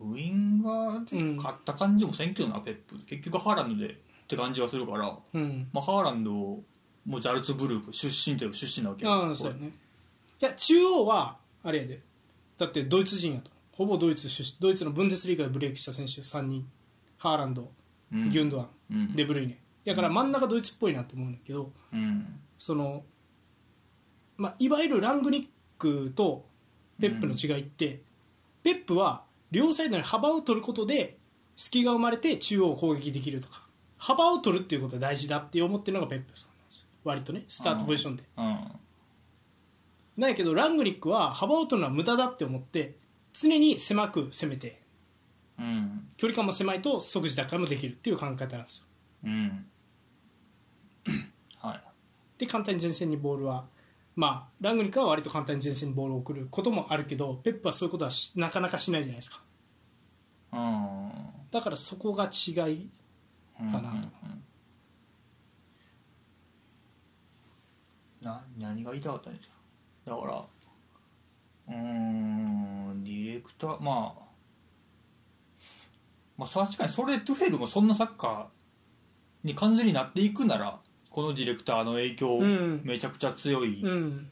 S2: ウィンガー
S1: うん
S2: で勝った感じもせんけどな、ペップ結局ハーランドでって感じはするから、
S1: うん
S2: まあ、ハーランドもザルツブループ出身といえば出身なわけやん
S1: ああそうやねいや中央はあれやでだってドイツ人やとほぼドイツ出身ドイツのブンデスリーガでブレイクした選手3人ハーランド、
S2: うん
S1: ギュンドアン、
S2: うん
S1: デブルイネやから真ん中ドイツっぽいなって思うんだけど
S2: うん
S1: その、まあ、いわゆるラングニックとペップの違いって、ペップは両サイドに幅を取ることで隙が生まれて中央を攻撃できるとか幅を取るっていうことが大事だって思ってるのがペップさんなんですよ割とねスタートポジションで
S2: うん
S1: なんやけどラングニックは幅を取るのは無駄だって思って常に狭く攻めて
S2: うん
S1: 距離感も狭いと即時奪回もできるっていう考え方なんですよ
S2: うんはい
S1: で簡単に前線にボールはまあラングニックは割と簡単に前線にボールを送ることもあるけどペップはそういうことはしなかなかしないじゃないですか
S2: うん
S1: だからそこが違いかなと
S2: な何が言いたかったんやだからうーんディレクターまあまあ確かにそれトゥフェルもそんなサッカーに完全になっていくならこのディレクターの影響
S1: うん
S2: めちゃくちゃ強い、
S1: うん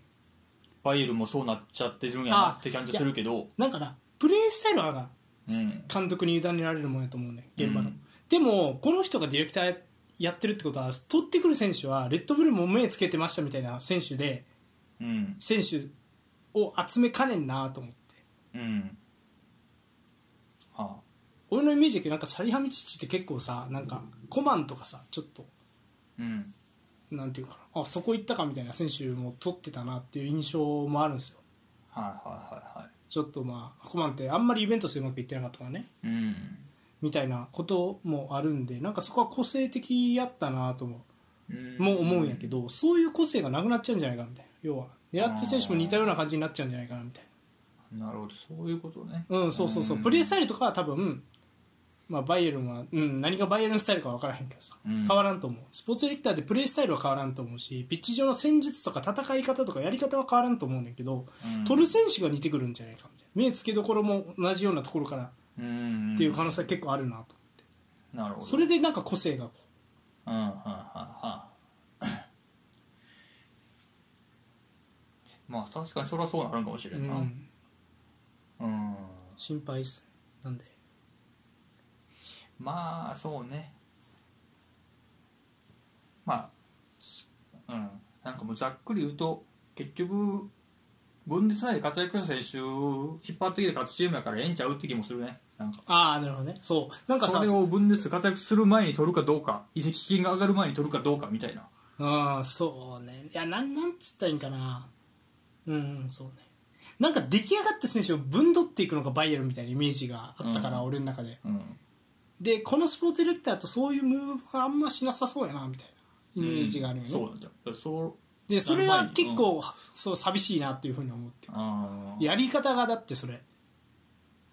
S2: バイエルンもそうなっちゃってるんやなって感じするけど
S1: なんかなプレースタイルは
S2: うん
S1: 監督に委ねられるもんやと思うね現場の、
S2: うん
S1: でもこの人がディレクターやってるってことは取ってくる選手はレッドブルも目つけてましたみたいな選手で
S2: うん
S1: 選手を集めかねんなと思って
S2: うんは
S1: 俺のイメージだけどなんかサリハミチッチって結構さなんかコマンとかさちょっと
S2: あうん
S1: なんていうかなあそこ行ったかみたいな選手も取ってたなっていう印象もあるんですよ
S2: はいはいはいはい
S1: ちょっとまあコマンってあんまりイベントスでうまくいってなかったからね
S2: うん
S1: みたいなこともあるんでなんかそこは個性的やったなともも思うんやけどそういう個性がなくなっちゃうんじゃないかみたいな要は狙ってる選手も似たような感じになっちゃうんじゃないかなみたい
S2: なるほどそういうことね
S1: なうんそうそうそうプレースタイルとかは多分まあバイエルンは、うん、何がバイエルンスタイルか分からへんけどさ、
S2: うん
S1: 変わらんと思うスポーツディレクターでプレースタイルは変わらんと思うしピッチ上の戦術とか戦い方とかやり方は変わらんと思うんだけど、
S2: うん
S1: 取る選手が似てくるんじゃないかみたいな目つけどころも同じようなところから
S2: うん
S1: っていう可能性は結構あるなと、
S2: なるほど
S1: それでなんか個性がこう
S2: うん はいはいはいまあ確かにそれはそうなるんかもしれんな
S1: うん
S2: うん
S1: 心配っすなんで
S2: まあそうねまあすうんなんかもうざっくり言うと結局分裂内で活躍した選手を引っ張ってきて勝つチームやからええんちゃうって気もするねなんか
S1: ああなるほどねそうなんか
S2: そ
S1: さ
S2: れを分裂で活躍する前に取るかどうか移籍金が上がる前に取るかどうかみたいな
S1: ああそうねいやなんなんつったらいいんかなうんうんそうねなんか出来上がった選手をぶんどっていくのがバイエルンみたいなイメージがあったから、
S2: うん
S1: 俺の中で
S2: うん
S1: でこのスポーツディレクターとそういうムーブはあんましなさそうやなみたいなイメージがあるよね、
S2: そうなんだよだからそう
S1: でそれは結
S2: う
S1: 構、そう寂しいなっていうふうに思って
S2: あー
S1: やり方がだってそれ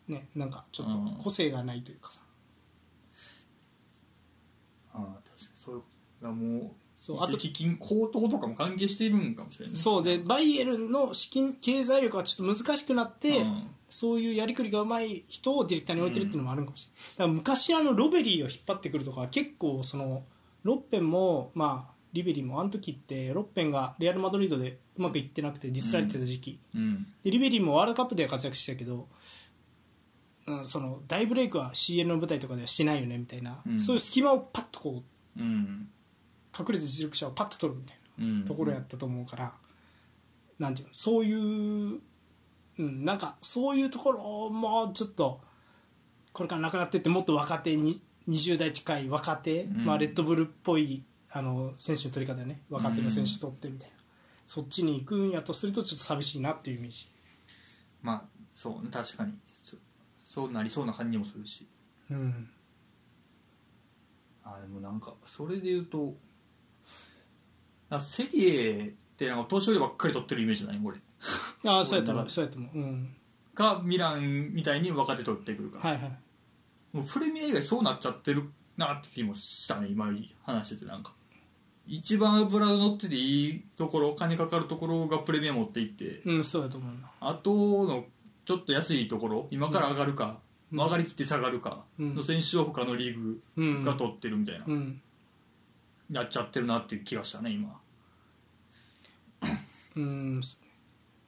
S1: ねなんかちょっ
S2: うん
S1: と個性がないというかさ、
S2: あー確かにそういうだからもう
S1: そう
S2: 移
S1: あと
S2: 籍金高騰とかも関係しているんかもしれない
S1: そうでバイエルンの資金経済力がちょっと難しくなって、
S2: うん
S1: そういうやりくりがうまい人をディレクターに置いてるっていうのもあるんかもしれない、だから昔あのロベリーを引っ張ってくるとか結構そのロッペンも、まあ、リベリもあの時ってロッペンがレアル・マドリードでうまくいってなくてディスられてた時期、
S2: うん
S1: でリベリもワールドカップでは活躍してたけど、うん、その大ブレイクは CL の舞台とかではしてないよねみたいな、
S2: うん
S1: そういう隙間をパッとこう
S2: うん
S1: 隠れて実力者をパッと取るみたい
S2: うん
S1: なところやったと思うから、なんていうのそういう、うん、なんかそういうところもちょっとこれからなくなってってもっと若手に20代近い若手、
S2: ん
S1: まあ、レッドブルっぽいあの選手の取り方ね若手の選手取ってみたいな、そっちに行くんやとするとちょっと寂しいなっていうイメージ。
S2: まあそう確かにそそうなりそうな感じもするし
S1: うん
S2: あでもなんかそれで言うとあセリエってなんか年寄りばっかり取ってるイメージだね俺
S1: ああそうやと
S2: 俺
S1: 思
S2: の
S1: うそうやと思ううん
S2: がミランみたいに若手取ってくるから、
S1: はいはい
S2: もうプレミア以外そうなっちゃってるなって気もしたね今話しててなんか一番油乗ってていいところ金かかるところがプレミア持っていって
S1: うんそうやと思うな
S2: あとのちょっと安いところ今から上がるか、まあ上がりきって下がるか
S1: うん
S2: の選手を他のリー
S1: う
S2: グ
S1: ん
S2: が取ってるみたいな、
S1: うん
S2: やっちゃってるなっていう気がしたね今
S1: うん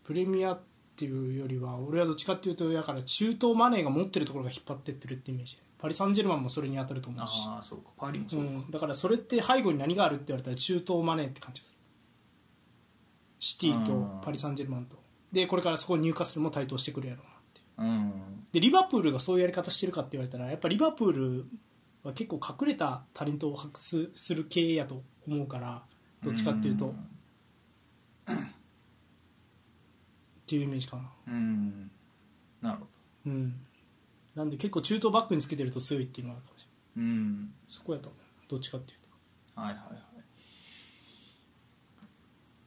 S1: プレミアっていうよりは俺はどっちかっていうとだから中東マネーが持ってるところが引っ張ってってるってイメージパリ・サンジェルマンもそれに当たると思うし、
S2: ああそうかパリも
S1: う
S2: そうか、
S1: ん、だからそれって背後に何があるって言われたら中東マネーって感じがするシティ
S2: う
S1: と
S2: ん
S1: パリ・サンジェルマンとでこれからそこに入荷するも台頭してくるやろうなっていう
S2: うん
S1: でリバプールがそういうやり方してるかって言われたらやっぱリバプールは結構隠れたタレントを発掘する系やと思うからどっちかっていうとっていうイメージかな
S2: うんうんなるほど
S1: うんなんで結構中東バックにつけてると強いっていうのはあるかもしれない
S2: うん
S1: そこやと思うどっちかっていう
S2: はいはい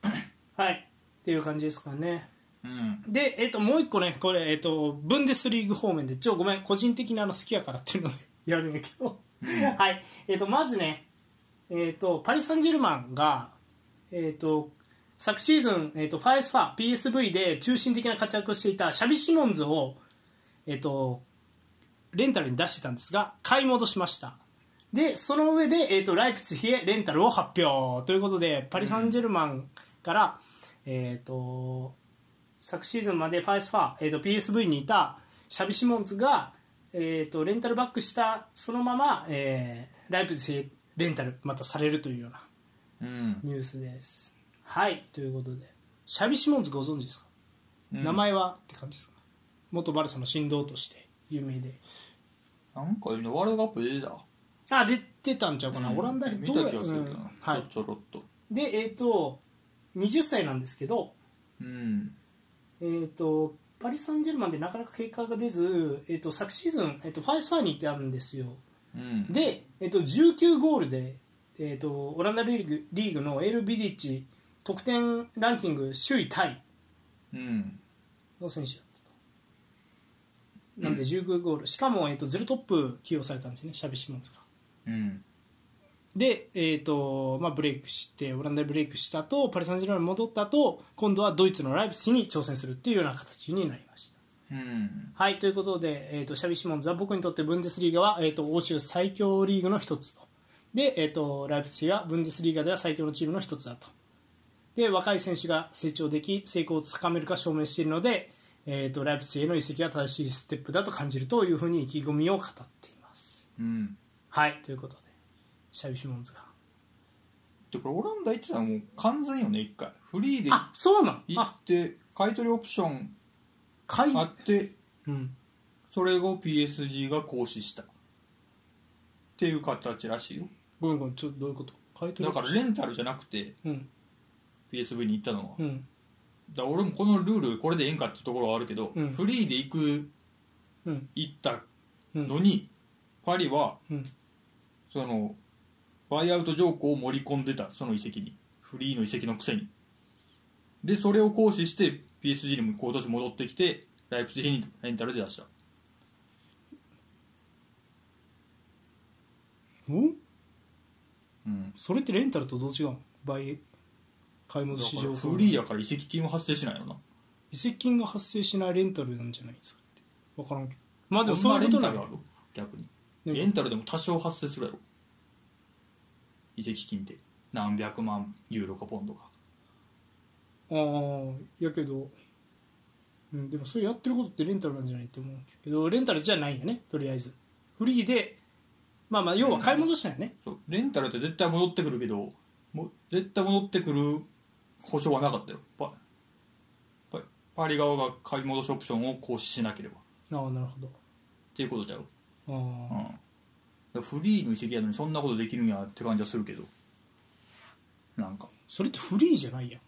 S2: はい
S1: とはいっていう感じですかね
S2: うん
S1: で、えっともう一個ねこれ、えっとブンデスリーグ方面でちょごめん個人的なの好きやからっていうので やるんやけど、はい、えっとまずね、えっとパリ・サンジェルマンが、えっと昨シーズン、えっとファイスファ PSV で中心的な活躍をしていたシャビ・シモンズを、えっとレンタルに出してたんですが買い戻しましたでその上で、えっとライプツィヒへレンタルを発表ということでパリ・サンジェルマンから、えっと昨シーズンまでファイスファー、えー、と PSV にいたシャビ・シモンズが、えー、とレンタルバックしたそのまま、えーライプツィヒレンタルまたされるというような
S2: うん
S1: ニュースですはいということでシャビ・シモンズご存知ですか、
S2: うん
S1: 名前はって感じですか元バルサの神童として有名で
S2: なんか今ワールドカップ出てた
S1: あ出てたんちゃうかな、オランダ
S2: 見た気がする
S1: ど
S2: け
S1: う
S2: ど
S1: や
S2: な、
S1: うんはい
S2: ちょちょろっと
S1: でえっ、と20歳なんですけど
S2: うん
S1: えー、とパリ・サンジェルマンでなかなか結果が出ず、えー、と昨シーズン、えー、とファイスファーに行ってあるんですよ
S2: うん
S1: で、えー、と19ゴールで、えー、とオランダリーグリーグのエル・ビディッチ得点ランキング首位タイ
S2: うん
S1: の選手だったとなので19ゴールしかも、えー、とゼロトップ起用されたんですねシャビ・シモンズが
S2: うん
S1: で、えーとまあ、ブレイクしてオランダでブレイクした後パリ・サンジェルマンに戻った後今度はドイツのライブスに挑戦するっていうような形になりました
S2: うん
S1: はい、ということで、えー、とシャビ・シモンズは僕にとってブンデスリーガは、えー、と欧州最強リーグの一つと。で、えー、とライプツィヒはブンデスリーガでは最強のチームの一つだと。で、若い選手が成長でき、成功をつかめるか証明しているので、えー、とライプツィヒへの移籍は正しいステップだと感じるというふうに意気込みを語っています。
S2: うん
S1: はい、ということで、シャビ・シモンズが。
S2: でこれオランダ行ってたらもう完全よね一回フリーで
S1: あそうなん
S2: 行
S1: あ
S2: って買い取りオプション
S1: 買い
S2: あって
S1: うん、
S2: それを PSG が行使したっていう形らしいよ
S1: ごめんごめん、ちょっとどういうこと買い取
S2: だ
S1: り
S2: からレンタルじゃなくて
S1: うん、
S2: PSV に行ったのは、
S1: うん、
S2: だから俺もこのルールこれでええんかってところはあるけど、
S1: うん
S2: フリーで行く
S1: うん、
S2: 行った
S1: うん、
S2: のに、パリは
S1: うん、
S2: そのバイアウト条項を盛り込んでたその遺跡にフリーの遺跡のくせにでそれを行使して PSG にも今年戻ってきてライプツィヒにレンタルで出した
S1: うん
S2: うん
S1: それってレンタルとどう違うの倍買い
S2: だ
S1: 戻し
S2: から
S1: 情報
S2: フリーやから遺跡金は発生しないよな
S1: 移籍金が発生しないレンタルなんじゃないそれって分からんけどまあでも
S2: ほん
S1: そう
S2: ま
S1: いう
S2: レ
S1: こ
S2: ン
S1: とな
S2: タルあ
S1: の
S2: る逆に
S1: でも
S2: レンタルでも多少発生するやろ移籍金って何百万ユーロかポンドか
S1: ああやけど、うん、でもそれやってることってレンタルなんじゃないって思うけどレンタルじゃないよねとりあえずフリーでまあまあ要は買い戻したよね、
S2: そうレンタルって絶対戻ってくるけどもう絶対戻ってくる保証はなかったよパパパリ側が買い戻しオプションを行使しなければっ
S1: ああなるほど
S2: ていうことちゃう、
S1: あ
S2: う
S1: あ
S2: ん、だからフリーの移籍やのにそんなことできるんやって感じはするけどなんか
S1: それってフリーじゃないやん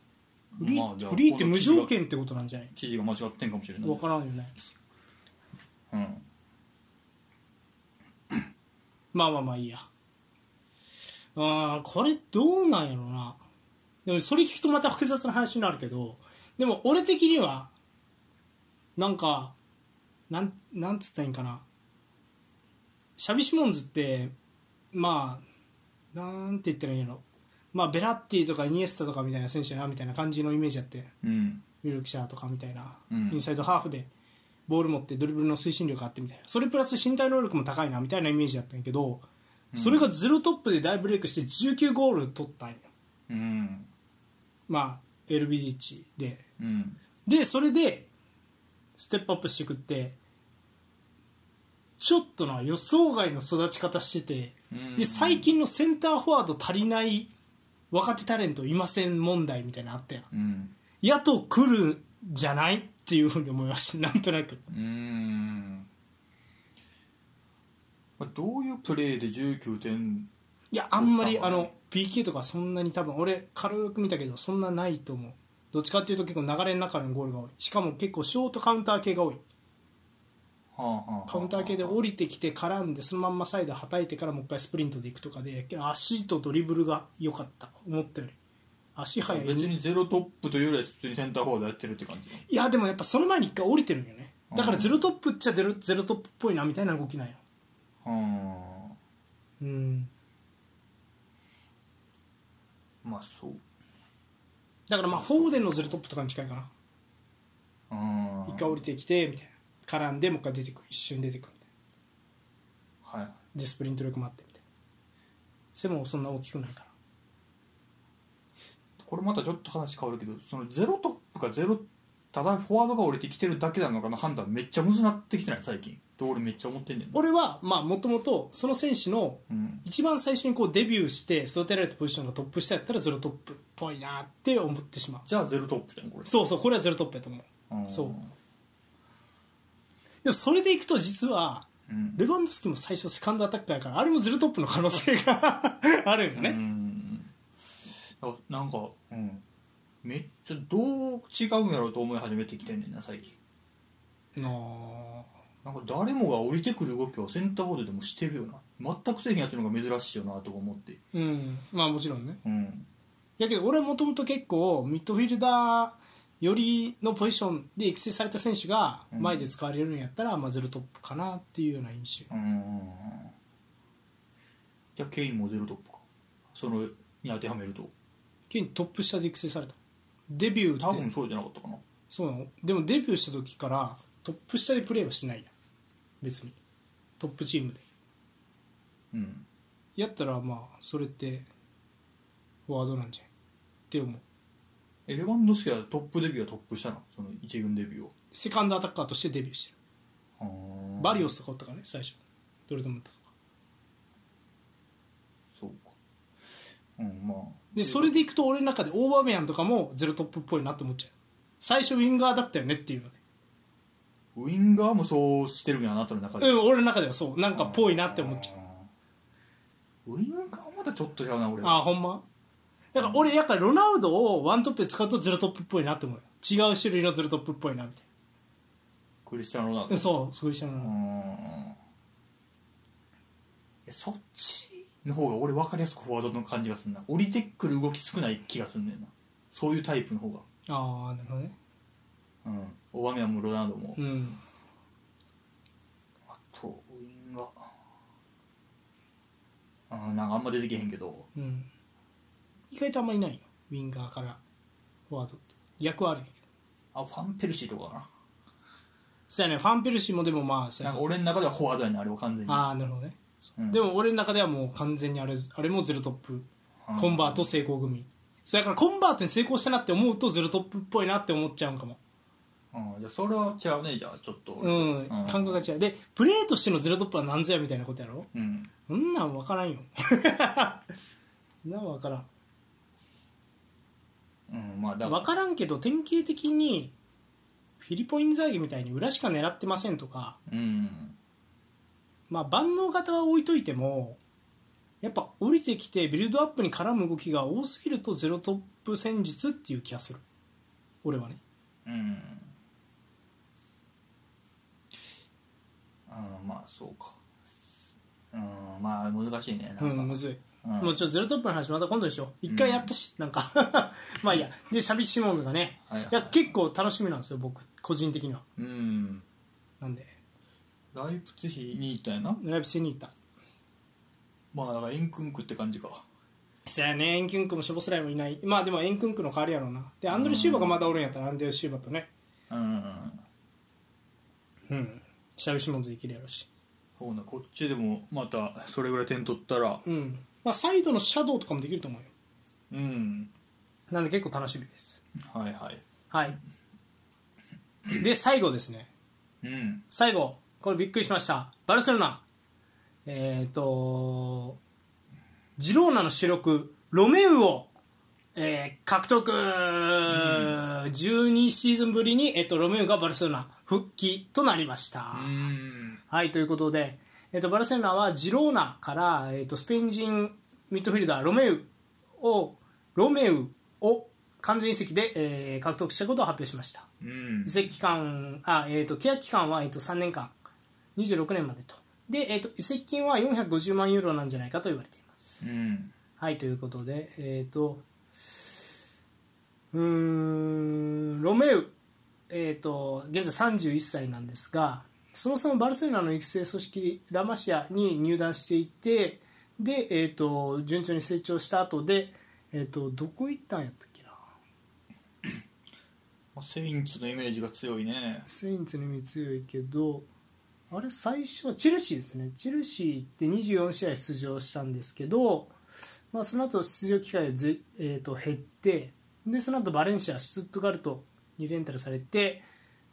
S1: フリー,、
S2: まあじゃあ
S1: フリーって無条件ってことなんじゃない
S2: 記事が間違ってんかもしれない
S1: 分からんよね
S2: うん
S1: まあまあまあいいやあーこれどうなんやろなでもそれ聞くとまた複雑な話になるけどでも俺的にはなんかなんなんつったらいいんかなシャビシモンズってまあなんて言ったらいいんやろまあベラッティとかイニエスタとかみたいな選手やなみたいな感じのイメージあって
S2: うん
S1: ミルクシャーとかみたいな、
S2: うん
S1: インサイドハーフでボール持ってドリブルの推進力があってみたいなそれプラス身体能力も高いなみたいなイメージだったんやけど、それがゼロトップで大ブレイクして19ゴール取ったんよ
S2: うん
S1: まあ LB チで
S2: うん
S1: でそれでステップアップしてくってちょっとな予想外の育ち方してて、
S2: うん
S1: で最近のセンターフォワード足りない若手タレントいません問題みたいなのあったやん
S2: うん
S1: やと来るんじゃないっていうふうに思いました なんとなく
S2: うーんまあどういうプレーで19点
S1: いやあんまり
S2: そうか
S1: あの PK とかそんなに多分俺軽く見たけどそんなないと思うどっちかっていうと結構流れの中のゴールが多いしかも結構ショートカウンター系が多い
S2: はあはあはあ
S1: カウンター系で降りてきて絡んでそのまんまサイドはたいてからもう一回スプリントで行くとかで足とドリブルが良かった思ったより足速
S2: 別
S1: い
S2: にゼロトップというよりは普通にセンターフォワードやってるって感じ
S1: いやでもやっぱその前に一回降りてるんよねだからゼロトップっちゃゼロゼロトップっぽいなみたいな動きなんよ
S2: は
S1: うん
S2: あまあそう
S1: だからまあフォーデンのゼロトップとかに近いかな
S2: うん
S1: 一回降りてきてみたいな絡んでもう一回出てくる一瞬出てくるみたい
S2: はい
S1: なでスプリント力もあってみたいな背もそんな大きくないから
S2: これまたちょっと話変わるけどそのゼロトップかゼロただフォワードが降りてきてるだけなのかの判断めっちゃむずなってきてない最近と俺めっちゃ思ってんねんな
S1: 俺はまあもともとその選手の
S2: うん
S1: 一番最初にこうデビューして育てられたポジションがトップ下やったらゼロトップっぽいなって思ってしまう
S2: じゃあゼロトップじゃんこれ
S1: そうそうこれはゼロトップやと思う
S2: うん
S1: そうでもそれでいくと実は
S2: うん
S1: レバンドフスキも最初セカンドアタッカーやからあれもゼロトップの可能性が あるよ
S2: う
S1: ね、
S2: んあなんか、うん、めっちゃどう違うんやろうと思い始めてきてんねんな最近
S1: の
S2: なんか誰もが降りてくる動きをセンターフォードでもしてるよな全くせえへんやつの方が珍しいよなとか思って
S1: うんまあもちろんね
S2: うん
S1: やけど俺はもともと結構ミッドフィルダーよりのポジションで育成された選手が
S2: うん
S1: 前で使われるんやったら、まあ、ゼロトップかなっていうような印象
S2: うんじゃあケインもゼロトップかそのに当てはめると
S1: ケイントップ下で育成されたデビュ
S2: 多
S1: ーって
S2: 分そうじゃなかったかな
S1: そうなのでもデビューした時からトップ下でプレーはしてないやん別にトップチームで
S2: うん
S1: やったらまあそれってフォワードなんじゃないって思う
S2: エレガンドスキはトップデビューはトップしたなその一軍デビューを
S1: セカンドアタッカーとしてデビューしてる
S2: あー
S1: バリオスとかおったからね最初ドルトムントとか
S2: そうかうんまあ
S1: でそれでいくと俺の中でオーバーメアンとかもゼロトップっぽいなって思っちゃう最初ウィンガーだったよねっていうので
S2: ウィンガーもそうしてるんやなとの中で、
S1: うん俺の中ではそうなんかっぽいなって思っちゃう
S2: ウィンガーはまだちょっと違うな俺
S1: ああほんまだから俺やっぱりロナウドをワントップで使うとゼロトップっぽいなって思うよ違う種類のゼロトップっぽいなみたい
S2: クリスチャン・ロナウド
S1: なそうすごい知ら
S2: う
S1: ない
S2: んいやそっちの方が俺分かりやすくフォワードの感じがするな降りてくる動き少ない気がすんねんなそういうタイプの方が
S1: ああなるほどね
S2: うんオバメアもロナウドも、
S1: うん
S2: あとウィンガーあなんかあんま出てけへんけど
S1: うん意外とあんまりいないよウィンガーからフォワードって役はあるんやけど
S2: あファン・ペルシーとかかな
S1: そうやねファンペルシーもでもまあそう
S2: な
S1: やね
S2: んか俺の中ではフォワードやねんあれは完全に
S1: ああなるほどね
S2: うん
S1: でも俺の中ではもう完全にあれあれもゼロトップ
S2: うん
S1: コンバート成功組それからコンバートに成功したなって思うとゼロトップっぽいなって思っちゃうんかも
S2: ああじゃあそれは違うねじゃあちょっと
S1: う
S2: 俺
S1: ん、
S2: うん
S1: 感覚が違うでプレーとしてのゼロトップは何ぞやみたいなことやろ
S2: うん
S1: そんなん分からんよ そんなん分からん
S2: うんまあだ
S1: 分からんけど典型的にフィリポ・インザーギみたいに裏しか狙ってませんとか
S2: うん
S1: まあ、万能型は置いといてもやっぱ降りてきてビルドアップに絡む動きが多すぎるとゼロトップ戦術っていう気がする俺はね
S2: うんうんまあそうかうんまあ難しいねなんか、
S1: うんむずい、
S2: うん
S1: もうちょっとゼロトップの話また今度にしよう一回やったし、なんか まあいいやでシャビシモンズがね、
S2: はい
S1: い
S2: はい
S1: や結構楽しみなんですよ僕個人的には
S2: うん
S1: なんで
S2: ライプツィヒに行ったんやな
S1: ライブ戦に行った
S2: まあだからインクンクって感じか
S1: そやねエンクンクもショボスライもいないまあでもエンクンクの代わりやろうなでアンドレ・シューバがまだおるんやったらアンドレ・シューバとね
S2: うん
S1: うんシャビシモンズいけるやろうし
S2: そうなこっちでもまたそれぐらい点取ったら
S1: うんまあサイドのシャドウとかもできると思うよ
S2: うん
S1: なんで結構楽しみです。
S2: はいはい
S1: はい。で、最後ですね。
S2: うん
S1: 最後、これびっくりしました。バルセロナ。えっ、と、ジローナの主力、ロメウを、えー獲得、!12 シーズンぶりに、えっ、と、ロメウがバルセロナ復帰となりました。
S2: うん
S1: はい、ということで、えっとバルセロナはジローナから、えっとスペイン人ミッドフィルダーロメウをロメウを完全移籍で、えー獲得したことを発表しました
S2: うん
S1: 移籍期間あ、えっと契約期間は、えっと3年間26年までとで、えっと移籍金は450万ユーロなんじゃないかと言われています
S2: うん
S1: はいということでえっ、とうーんロメウえっ、と現在31歳なんですがそもそもバルセロナの育成組織ラマシアに入団していてでえっ、と順調に成長した後でえっ、とどこ行ったんやったっけな
S2: まあセインツのイメージが強いね
S1: スインツの意味強いけどあれ最初はチェルシーですねチェルシーって24試合出場したんですけど、まあ、その後出場機会がず、えー、と減ってでその後バレンシアシュツットガルトにレンタルされて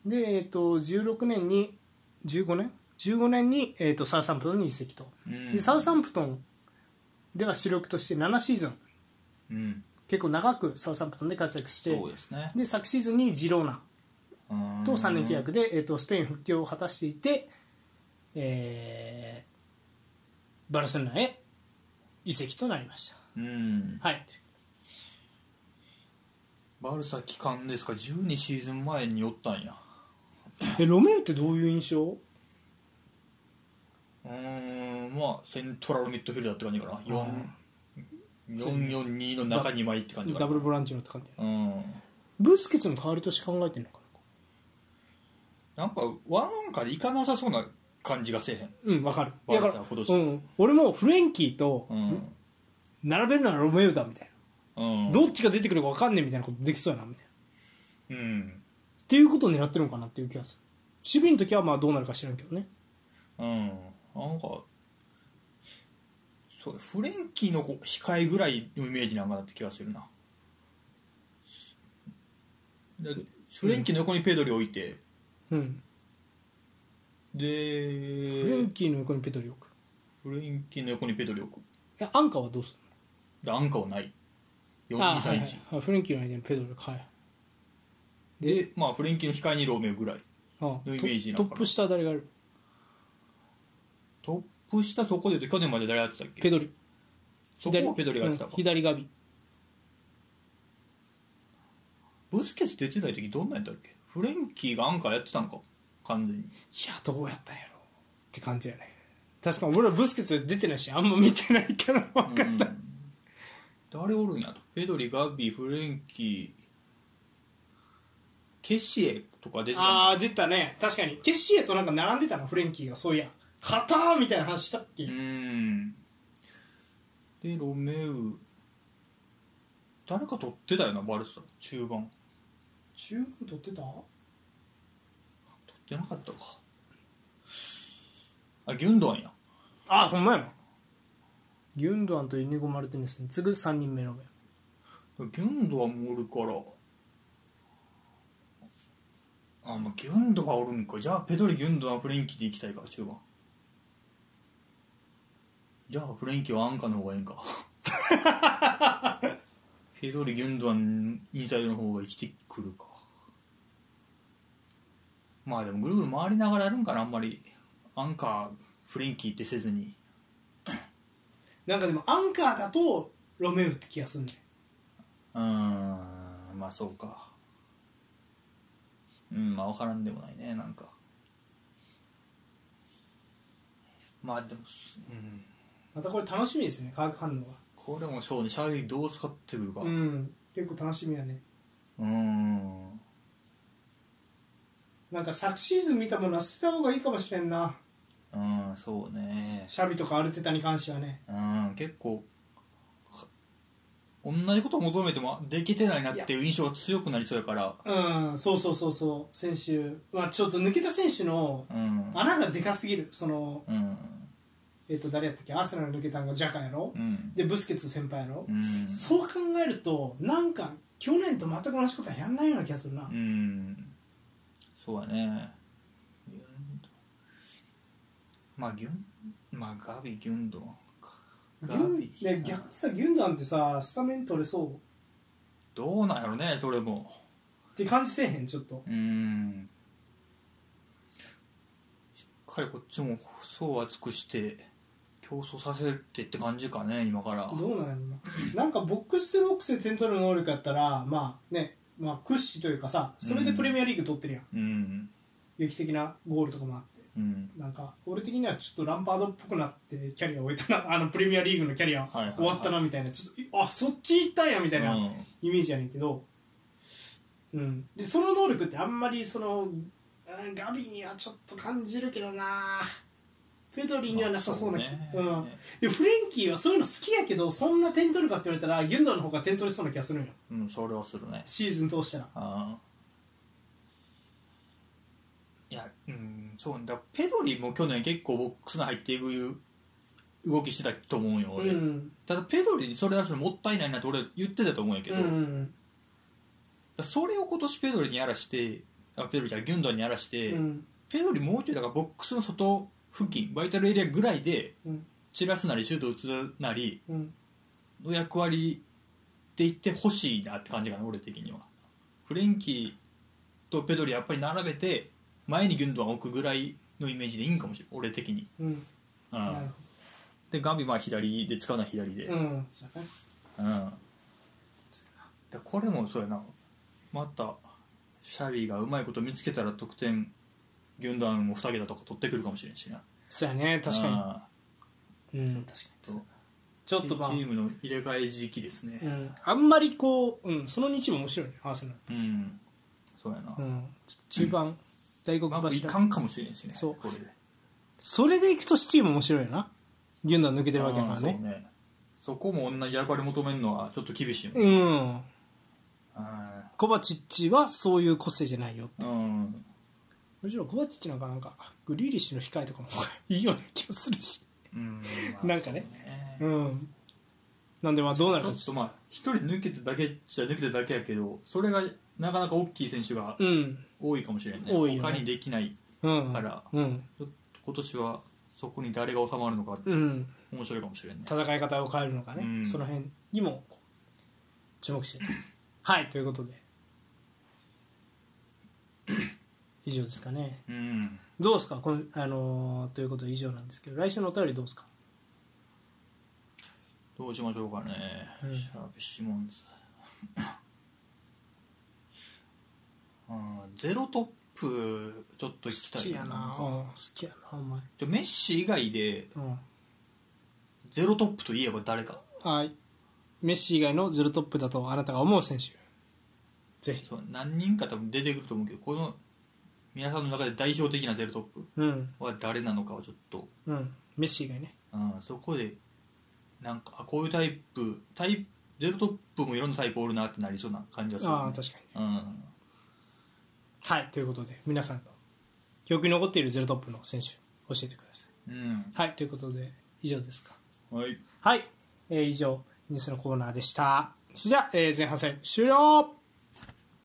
S1: で、えー、と16年に15年15年に、えー、とサウサンプトンに移籍と、
S2: うん
S1: でサウサンプトンでは主力として7シーズン
S2: うん
S1: 結構長くサウサンプトンで活躍して
S2: そうですね
S1: で昨シーズンにジローナ
S2: うん
S1: と3年契約で、えー、とスペイン復帰を果たしていて、えーバルセロナへ移籍となりました。
S2: うん
S1: はい、
S2: バルサ期間ですか12シーズン前におったんや
S1: えロメウってどういう印象
S2: うーんまあセントラルミッドフィルダーって感じかな442の中2枚って感じか
S1: ダ
S2: な
S1: ブルボランチのって感じ
S2: うん
S1: ブスケツの代わりとして考えてるのか
S2: なんかワンアンカーでいかなさそうな感じがせえへん
S1: なうんわかる
S2: バル
S1: だ
S2: セ
S1: か
S2: は
S1: ら、
S2: 今年
S1: うん、俺もフレンキーと
S2: うん、
S1: 並べるならロメウだみたい
S2: うん、
S1: などっちが出てくるか分かんねえみたいなことできそうやなみたいな
S2: うん
S1: っていうことを狙ってるのかなっていう気がする守備の時はまあどうなるか知らんけどね
S2: うんなんかそうフレンキーのこう控えぐらいのイメージなんかなって気がするなだフレンキーの横にペドリ置いて、
S1: うん
S2: で
S1: フレンキーの横にペトリオく
S2: フレンキーの横にペドリ置く
S1: えアンカーはどうするの
S2: でアンカーはない
S1: あはい
S2: 4231
S1: はい、フレンキーの間にペドロかはい
S2: でまあフレンキーの控えにローメウぐらい
S1: あ
S2: のイメージな
S1: ト
S2: の
S1: ッ
S2: かな
S1: プ下は誰がいる
S2: トップ下そこで言うと去年まで誰やってたっけ
S1: ペドリ
S2: そこはペドリがやってた
S1: うん
S2: か、
S1: 左ガビ
S2: ブスケツ出てない時どんなんやったっけフレンキーがアンカーやってたんか完全に
S1: いやどうやったんやろって感じやね確かに俺らブスケツ出てないしあんま見てないから分かんない、
S2: 誰おるんやとペドリガビフレンキーケシエとか出てたん
S1: あ
S2: か
S1: あ出たね確かにケシエとなんか並んでたのフレンキーがそういや「勝たー!」みたいな話したっけ、
S2: うーんでロメウ誰か取ってたよなバルサ中盤
S1: 中分取ってた
S2: 取ってなかったかあギュンドアンや
S1: あほんまやなギュンドアンとユニゴ・マルティネスに次ぐ3人目の目
S2: ギュンドアもおるからあまあギュンドアおるんかじゃあペドリギュンドアフレンキで行きたいか中盤じゃあフレンキはアンカの方がええんか ペドリギュンドアンインサイドの方が生きてくるかまあでもぐるぐる回りながらやるんかなあんまりアンカーフレンキってせずに
S1: なんかでもアンカーだとロメウって気がするね
S2: うーんまあそうかうんまあ分からんでもないねなんかまあでもすうん
S1: またこれ楽しみですね化学反応
S2: これもそうねシャーリーどう使ってくるか
S1: が
S2: うん
S1: ん結構楽しみだね
S2: ん
S1: なんか昨シーズン見たものは捨てた方がいいかもしれんな
S2: うんそうね
S1: シャビとかアルテタに関してはね
S2: うん結構か同じことを求めてもできてないなっていう印象が強くなりそうやから
S1: うんそうそうそうそう選手、まあ、ちょっと抜けた選手の
S2: うん
S1: 穴がでかすぎるその
S2: うん
S1: えっ、と誰やったっけアーセナル抜けたんがジャカやろ
S2: うん
S1: でブスケツ先輩やろ
S2: うん
S1: そう考えるとなんか去年と全く同じことはやんないような気がするな
S2: うんそうだねギュンドまあギュンまあガビギュンドか
S1: ギ
S2: ガ
S1: ュン
S2: ビ
S1: ね逆にさギュンダンってさスタメン取れそう
S2: どうなんやろねそれも
S1: って感じせえへんちょっと
S2: うんしっかりこっちも層厚くして競争させてって感じかね今から
S1: どうなんやろななんかボックスとボックスで点取る能力やったらまあねまあ屈指というかさそれでプレミアリーグ取ってるやん、
S2: うん
S1: 劇的なゴールとかもあって
S2: うん
S1: なんか俺的にはちょっとランパードっぽくなってキャリア終えたな あのプレミアリーグのキャリア
S2: はいはいはい
S1: 終わったなみたいな、ちょっとあそっち行ったんやみたいな、
S2: うん
S1: イメージやねんけど、うん、でその能力ってあんまりそのうんガビにはちょっと感じるけどなペドリにはなさそうな気、
S2: まあ
S1: うん、でフレンキーはそういうの好きやけどそんな点取るかって言われたらギュンドアンの方が点取りそうな気がするんよ
S2: そうねうんそれはするね
S1: シーズン通したら
S2: あーいやうんそうねだからペドリも去年結構ボックス内入っていく動きしてたと思うよ
S1: う
S2: 俺、
S1: ん
S2: ただペドリにそれ出すのもったいないなって俺言ってたと思うんやけ
S1: う
S2: ど、
S1: ん
S2: だからそれを今年ペドリにやらしてあペドリじゃないギュンドアンにやらして、
S1: うん
S2: ペドリもうちょいだからボックスの外付近バイタルエリアぐらいで
S1: うん
S2: 散らすなりシュート打つなり
S1: うん
S2: の役割って言ってほしいなって感じかな俺的にはフレンキーとペドリやっぱり並べて前にギュンドアン置くぐらいのイメージでいいんかもしれない俺的に、
S1: うん
S2: う
S1: なる
S2: ん、でガビまあ左で使うのは左で、
S1: ほどうんそうやね
S2: うんでこれもそうやなまたシャビがうまいこと見つけたら得点ギュンドアンも2桁とか取ってくるかもしれんしな
S1: そうやね確かにうん確か
S2: に
S1: ちょっとまあ
S2: チームの入れ替え時期ですね
S1: うん、あんまりこう、うん、その2チーム面白いねアーセナル
S2: うん、そうやな、
S1: うん、ち中盤、大
S2: う
S1: 黒
S2: まくい
S1: 柱
S2: かんかもしれんしね
S1: そう
S2: これで
S1: それでいくとシティも面白いよなギュンダン抜けてるわけだから
S2: あー
S1: ね
S2: そうねそこも同じ役割求めるのはちょっと厳しいもん、
S1: うん
S2: あ
S1: コバチッチはそういう個性じゃないよ
S2: ーうん
S1: むしろコバチッチなんかなんかグリーリッシュの控えとかもいいような気がするし
S2: うん
S1: なんかね
S2: そう
S1: うんなんでまあどうなる
S2: ちょ
S1: か
S2: っとまあ一人抜けてだけじゃ抜けてだけやけどそれがなかなか大きい選手が
S1: うん
S2: 多いかもしれない、
S1: 多いよね
S2: 他にできない
S1: うん
S2: から
S1: うん、
S2: ちょっと今年はそこに誰が収まるのか
S1: うん、
S2: 面白いかもしれない、
S1: 戦い方を変えるのかね、
S2: うん
S1: その辺にも注目 してはいということで 以上ですかね
S2: うん
S1: どうですかこん、あのーということで以上なんですけど来週のお便りどうですか
S2: どうしましょうかね、
S1: うん
S2: シャープシモンズ あーゼロトップちょっと行きた
S1: 好
S2: い
S1: きやなうん好きやなお前
S2: ちょメッシ以外で
S1: うん
S2: ゼロトップといえば誰か
S1: はいメッシ以外のゼロトップだとあなたが思う選手ぜひ
S2: そう何人か多分出てくると思うけどこの皆さんの中で代表的なゼロトップ
S1: うん
S2: は誰なのかをちょっと、
S1: うんメッシ以外ね
S2: うん、そこでなんかあこういうタイプタイプゼロトップもいろんなタイプおるなってなりそうな感じがする、ね、
S1: ああ確かに
S2: うん
S1: はいということで皆さんの記憶に残っているゼロトップの選手教えてください
S2: うん
S1: はいということで以上ですか
S2: はい
S1: はい、えー以上ニュースのコーナーでした。それじゃあ、えー前半戦終了